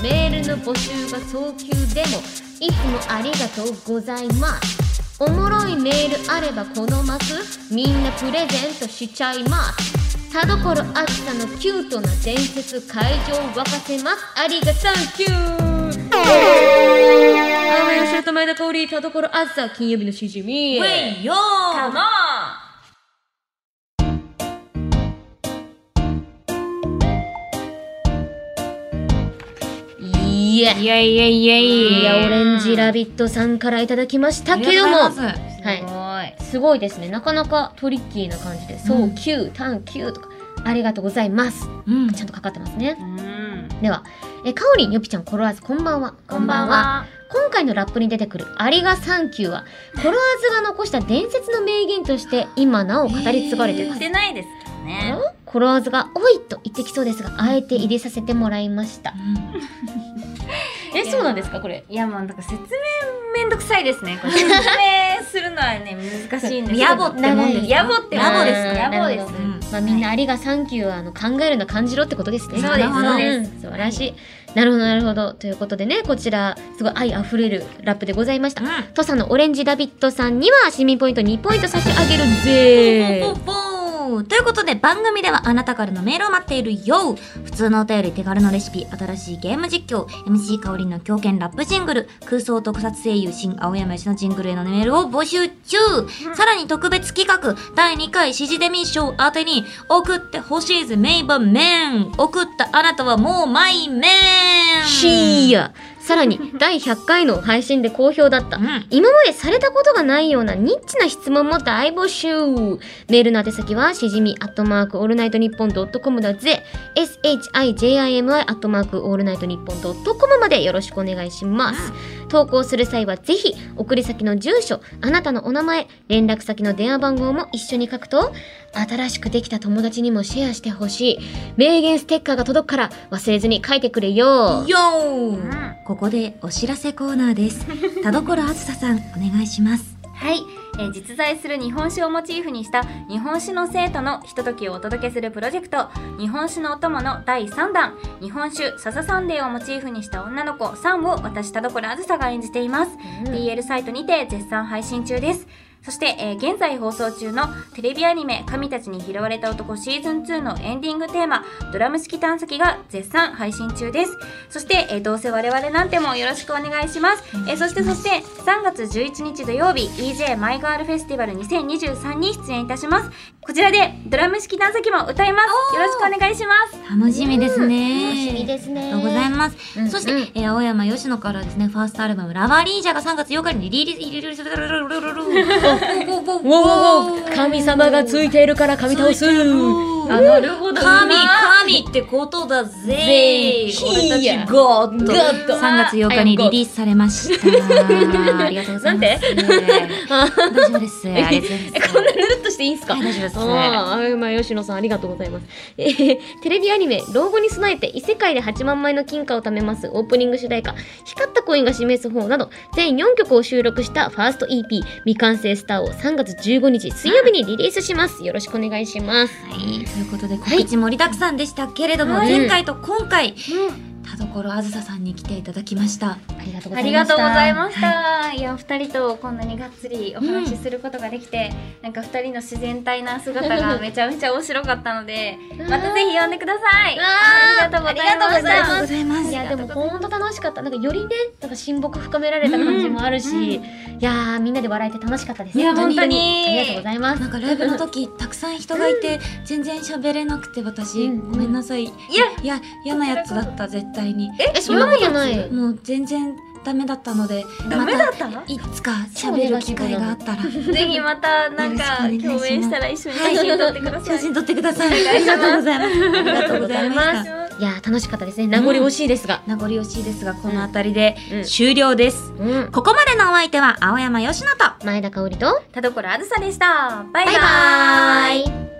[SPEAKER 1] 求メールの募集が早急でもいつもありがとうございますおもろいメールあればこのマスみんなプレゼントしちゃいます田所あきさのキュートな伝説会場を沸かせますありがサンキュー青山翔と前田香織田所あずさ金曜日のしじみ
[SPEAKER 2] ウェイヨー
[SPEAKER 3] カモ
[SPEAKER 1] いいえ。
[SPEAKER 2] いやいやいやい
[SPEAKER 1] いや、
[SPEAKER 2] や、
[SPEAKER 1] オレンジラビットさんからいただきましたけども
[SPEAKER 2] ありがとうご、ざいます
[SPEAKER 3] はい。
[SPEAKER 1] すごいですね。なかなかトリッキーな感じで、そう、キュー、タン、キューとか、ありがとうございます。
[SPEAKER 2] うん
[SPEAKER 1] ちゃんとかかってますね。
[SPEAKER 3] うん。
[SPEAKER 1] では、え、かおりん、よぴちゃん、コロワーズ、こんばんは。こんばんは。今回のラップに出てくる「ありがサンキューは」コロワーズが残した伝説の名言として今なお語り継がれてい
[SPEAKER 3] 言
[SPEAKER 1] ま
[SPEAKER 3] っ
[SPEAKER 1] す、
[SPEAKER 3] てないですけどね。
[SPEAKER 1] コロワーズが「おい!」と言ってきそうですがあえて入れさせてもらいましたえそうなんですかこれ
[SPEAKER 3] いやもうなんか説明めんどくさいですね。これ説明するのはね難しいん
[SPEAKER 1] <laughs>
[SPEAKER 3] ですけど。
[SPEAKER 2] 野暮ってもんですね
[SPEAKER 3] 野暮ってもんです。
[SPEAKER 1] あー
[SPEAKER 3] 野暮
[SPEAKER 1] なる
[SPEAKER 3] です
[SPEAKER 1] ほ。
[SPEAKER 3] うん
[SPEAKER 1] まあ、みんな「ありがサンキューは」あの考えるな感じろってことですね
[SPEAKER 3] そうです
[SPEAKER 2] そう
[SPEAKER 3] です
[SPEAKER 1] ん素晴らしいなるほどなるほどということでねこちらすごい愛あふれるラップでございました、
[SPEAKER 2] うん
[SPEAKER 1] 土佐のオレンジラビットさんには市民ポイント2ポイント差し上げるぜ
[SPEAKER 2] ぽぽーということで番組ではあなたからのメールを待っているよ普通のお便り手軽のレシピ新しいゲーム実況 MC 香りの狂犬ラップジングル空想特撮声優新青山吉のジングルへのメールを募集中さらに特別企画第2回指示デミー賞宛てに送ってほしいぜ名盤面送ったあなたはもうマイメン
[SPEAKER 1] しーやさらに第100回の配信で好評だった、
[SPEAKER 2] うん
[SPEAKER 1] 今までされたことがないようなニッチな質問も大募集メールの宛先はしじみアットマークオールナイトニッポンドットコムだぜ shijimi アットマークオールナイトニッポンドットコムまでよろしくお願いします、投稿する際はぜひ送り先の住所あなたのお名前連絡先の電話番号も一緒に書くと新しくできた友達にもシェアしてほしい名言ステッカーが届くから忘れずに書いてくれよ
[SPEAKER 2] よー、ここでお知らせコーナーです田所あずささんお願いします
[SPEAKER 3] はい、えー実在する日本酒をモチーフにした日本酒の生徒のひとときをお届けするプロジェクト日本酒のお供の第3弾日本酒笹サンデーをモチーフにした女の子サンを私田所あずさが演じています、DL サイトにて絶賛配信中ですそして、えー現在放送中のテレビアニメ「神たちに拾われた男シーズン2のエンディングテーマ「ドラム式探査機」が絶賛配信中ですそして、えーどうせ我々なんてもよろしくお願いします、えーそしてそして3月11日土曜日 EJ マイガールフェスティバル2023に出演いたしますこちらでドラム式探査機も歌いますよろしくお願いします
[SPEAKER 2] 楽しみですね。
[SPEAKER 1] 楽しみですね
[SPEAKER 2] ありがとうございます。
[SPEAKER 1] うん
[SPEAKER 2] そして、
[SPEAKER 1] うん
[SPEAKER 2] えー青山吉野からですね、ファーストアルバム、ラバーリージャーが3月8日にリリース、リリース、リリー
[SPEAKER 1] おおお神様がついているから神倒す
[SPEAKER 2] あ
[SPEAKER 3] なるほ
[SPEAKER 2] 神、神ってことだぜ
[SPEAKER 1] ぜ。
[SPEAKER 2] 俺た
[SPEAKER 1] いや
[SPEAKER 2] ちゴッ
[SPEAKER 1] ゴ
[SPEAKER 2] ド。
[SPEAKER 1] ッド
[SPEAKER 2] 3月8日にリリースされました。ありがとうございます。大丈夫です。ありがとうございます。
[SPEAKER 1] こんなぬるっとしていいんすか
[SPEAKER 2] はい大丈夫です
[SPEAKER 1] あーあーまあ吉野さんありがとうございます、えーテレビアニメ「老後に備えて異世界で8万枚の金貨を貯めます」オープニング主題歌「光ったコインが示す方」など全4曲を収録したファースト EP「未完成スター」を3月15日水曜日にリリースしますよろしくお願いします
[SPEAKER 2] はい、ということで告知盛りだくさんでしたけれども、
[SPEAKER 1] はい
[SPEAKER 2] 前回と今回、田所あずささんに来ていただきました。
[SPEAKER 1] ありがとうござ
[SPEAKER 3] あ
[SPEAKER 1] い
[SPEAKER 3] り
[SPEAKER 1] ま
[SPEAKER 3] が
[SPEAKER 1] し
[SPEAKER 3] と
[SPEAKER 1] た
[SPEAKER 3] うございました。いや、お二人とこんなにがっつりお話しすることができて、なんか二人の自然体な姿 <laughs> がめちゃめちゃ面白かったので、またぜひ呼んでください。
[SPEAKER 1] わ
[SPEAKER 3] ありがとうございまし
[SPEAKER 2] ありがとう
[SPEAKER 3] た
[SPEAKER 2] ご。ざいます。
[SPEAKER 1] いやでも本当楽しかったなんかよりねなんか親睦深められた感じもあるし、いやーみんなで笑えて楽しかったです
[SPEAKER 3] いや本当に
[SPEAKER 1] ありがとうございます
[SPEAKER 2] なんかライブの時たくさん人がいて全然喋れなくて私、
[SPEAKER 1] うん
[SPEAKER 2] ごめんなさいいやいや嫌なやつだった絶対に
[SPEAKER 1] えそんなことない
[SPEAKER 2] もう全然ダメだったので
[SPEAKER 3] ダメだった
[SPEAKER 2] またいつか喋る機会があったら
[SPEAKER 3] ぜひまたなんか
[SPEAKER 2] よろしくお願いしま
[SPEAKER 3] 共
[SPEAKER 2] す
[SPEAKER 3] 演したら一緒に写真撮ってくだ
[SPEAKER 2] <laughs>
[SPEAKER 3] さ
[SPEAKER 2] 写
[SPEAKER 3] い。
[SPEAKER 2] 真撮ってくださいありがとうございますありがとうございま
[SPEAKER 1] ありがとうございま
[SPEAKER 2] し
[SPEAKER 1] す
[SPEAKER 2] た
[SPEAKER 1] いやー楽しかったですね名残惜しいですが、
[SPEAKER 2] 名残惜しいですがこの辺りで
[SPEAKER 1] うん
[SPEAKER 2] 終了です、
[SPEAKER 1] うん
[SPEAKER 2] ここまでのお相手は青山佳乃と
[SPEAKER 1] 前田香織と
[SPEAKER 3] 田所あずさでした。バイバ
[SPEAKER 1] バイバーイ
[SPEAKER 3] イ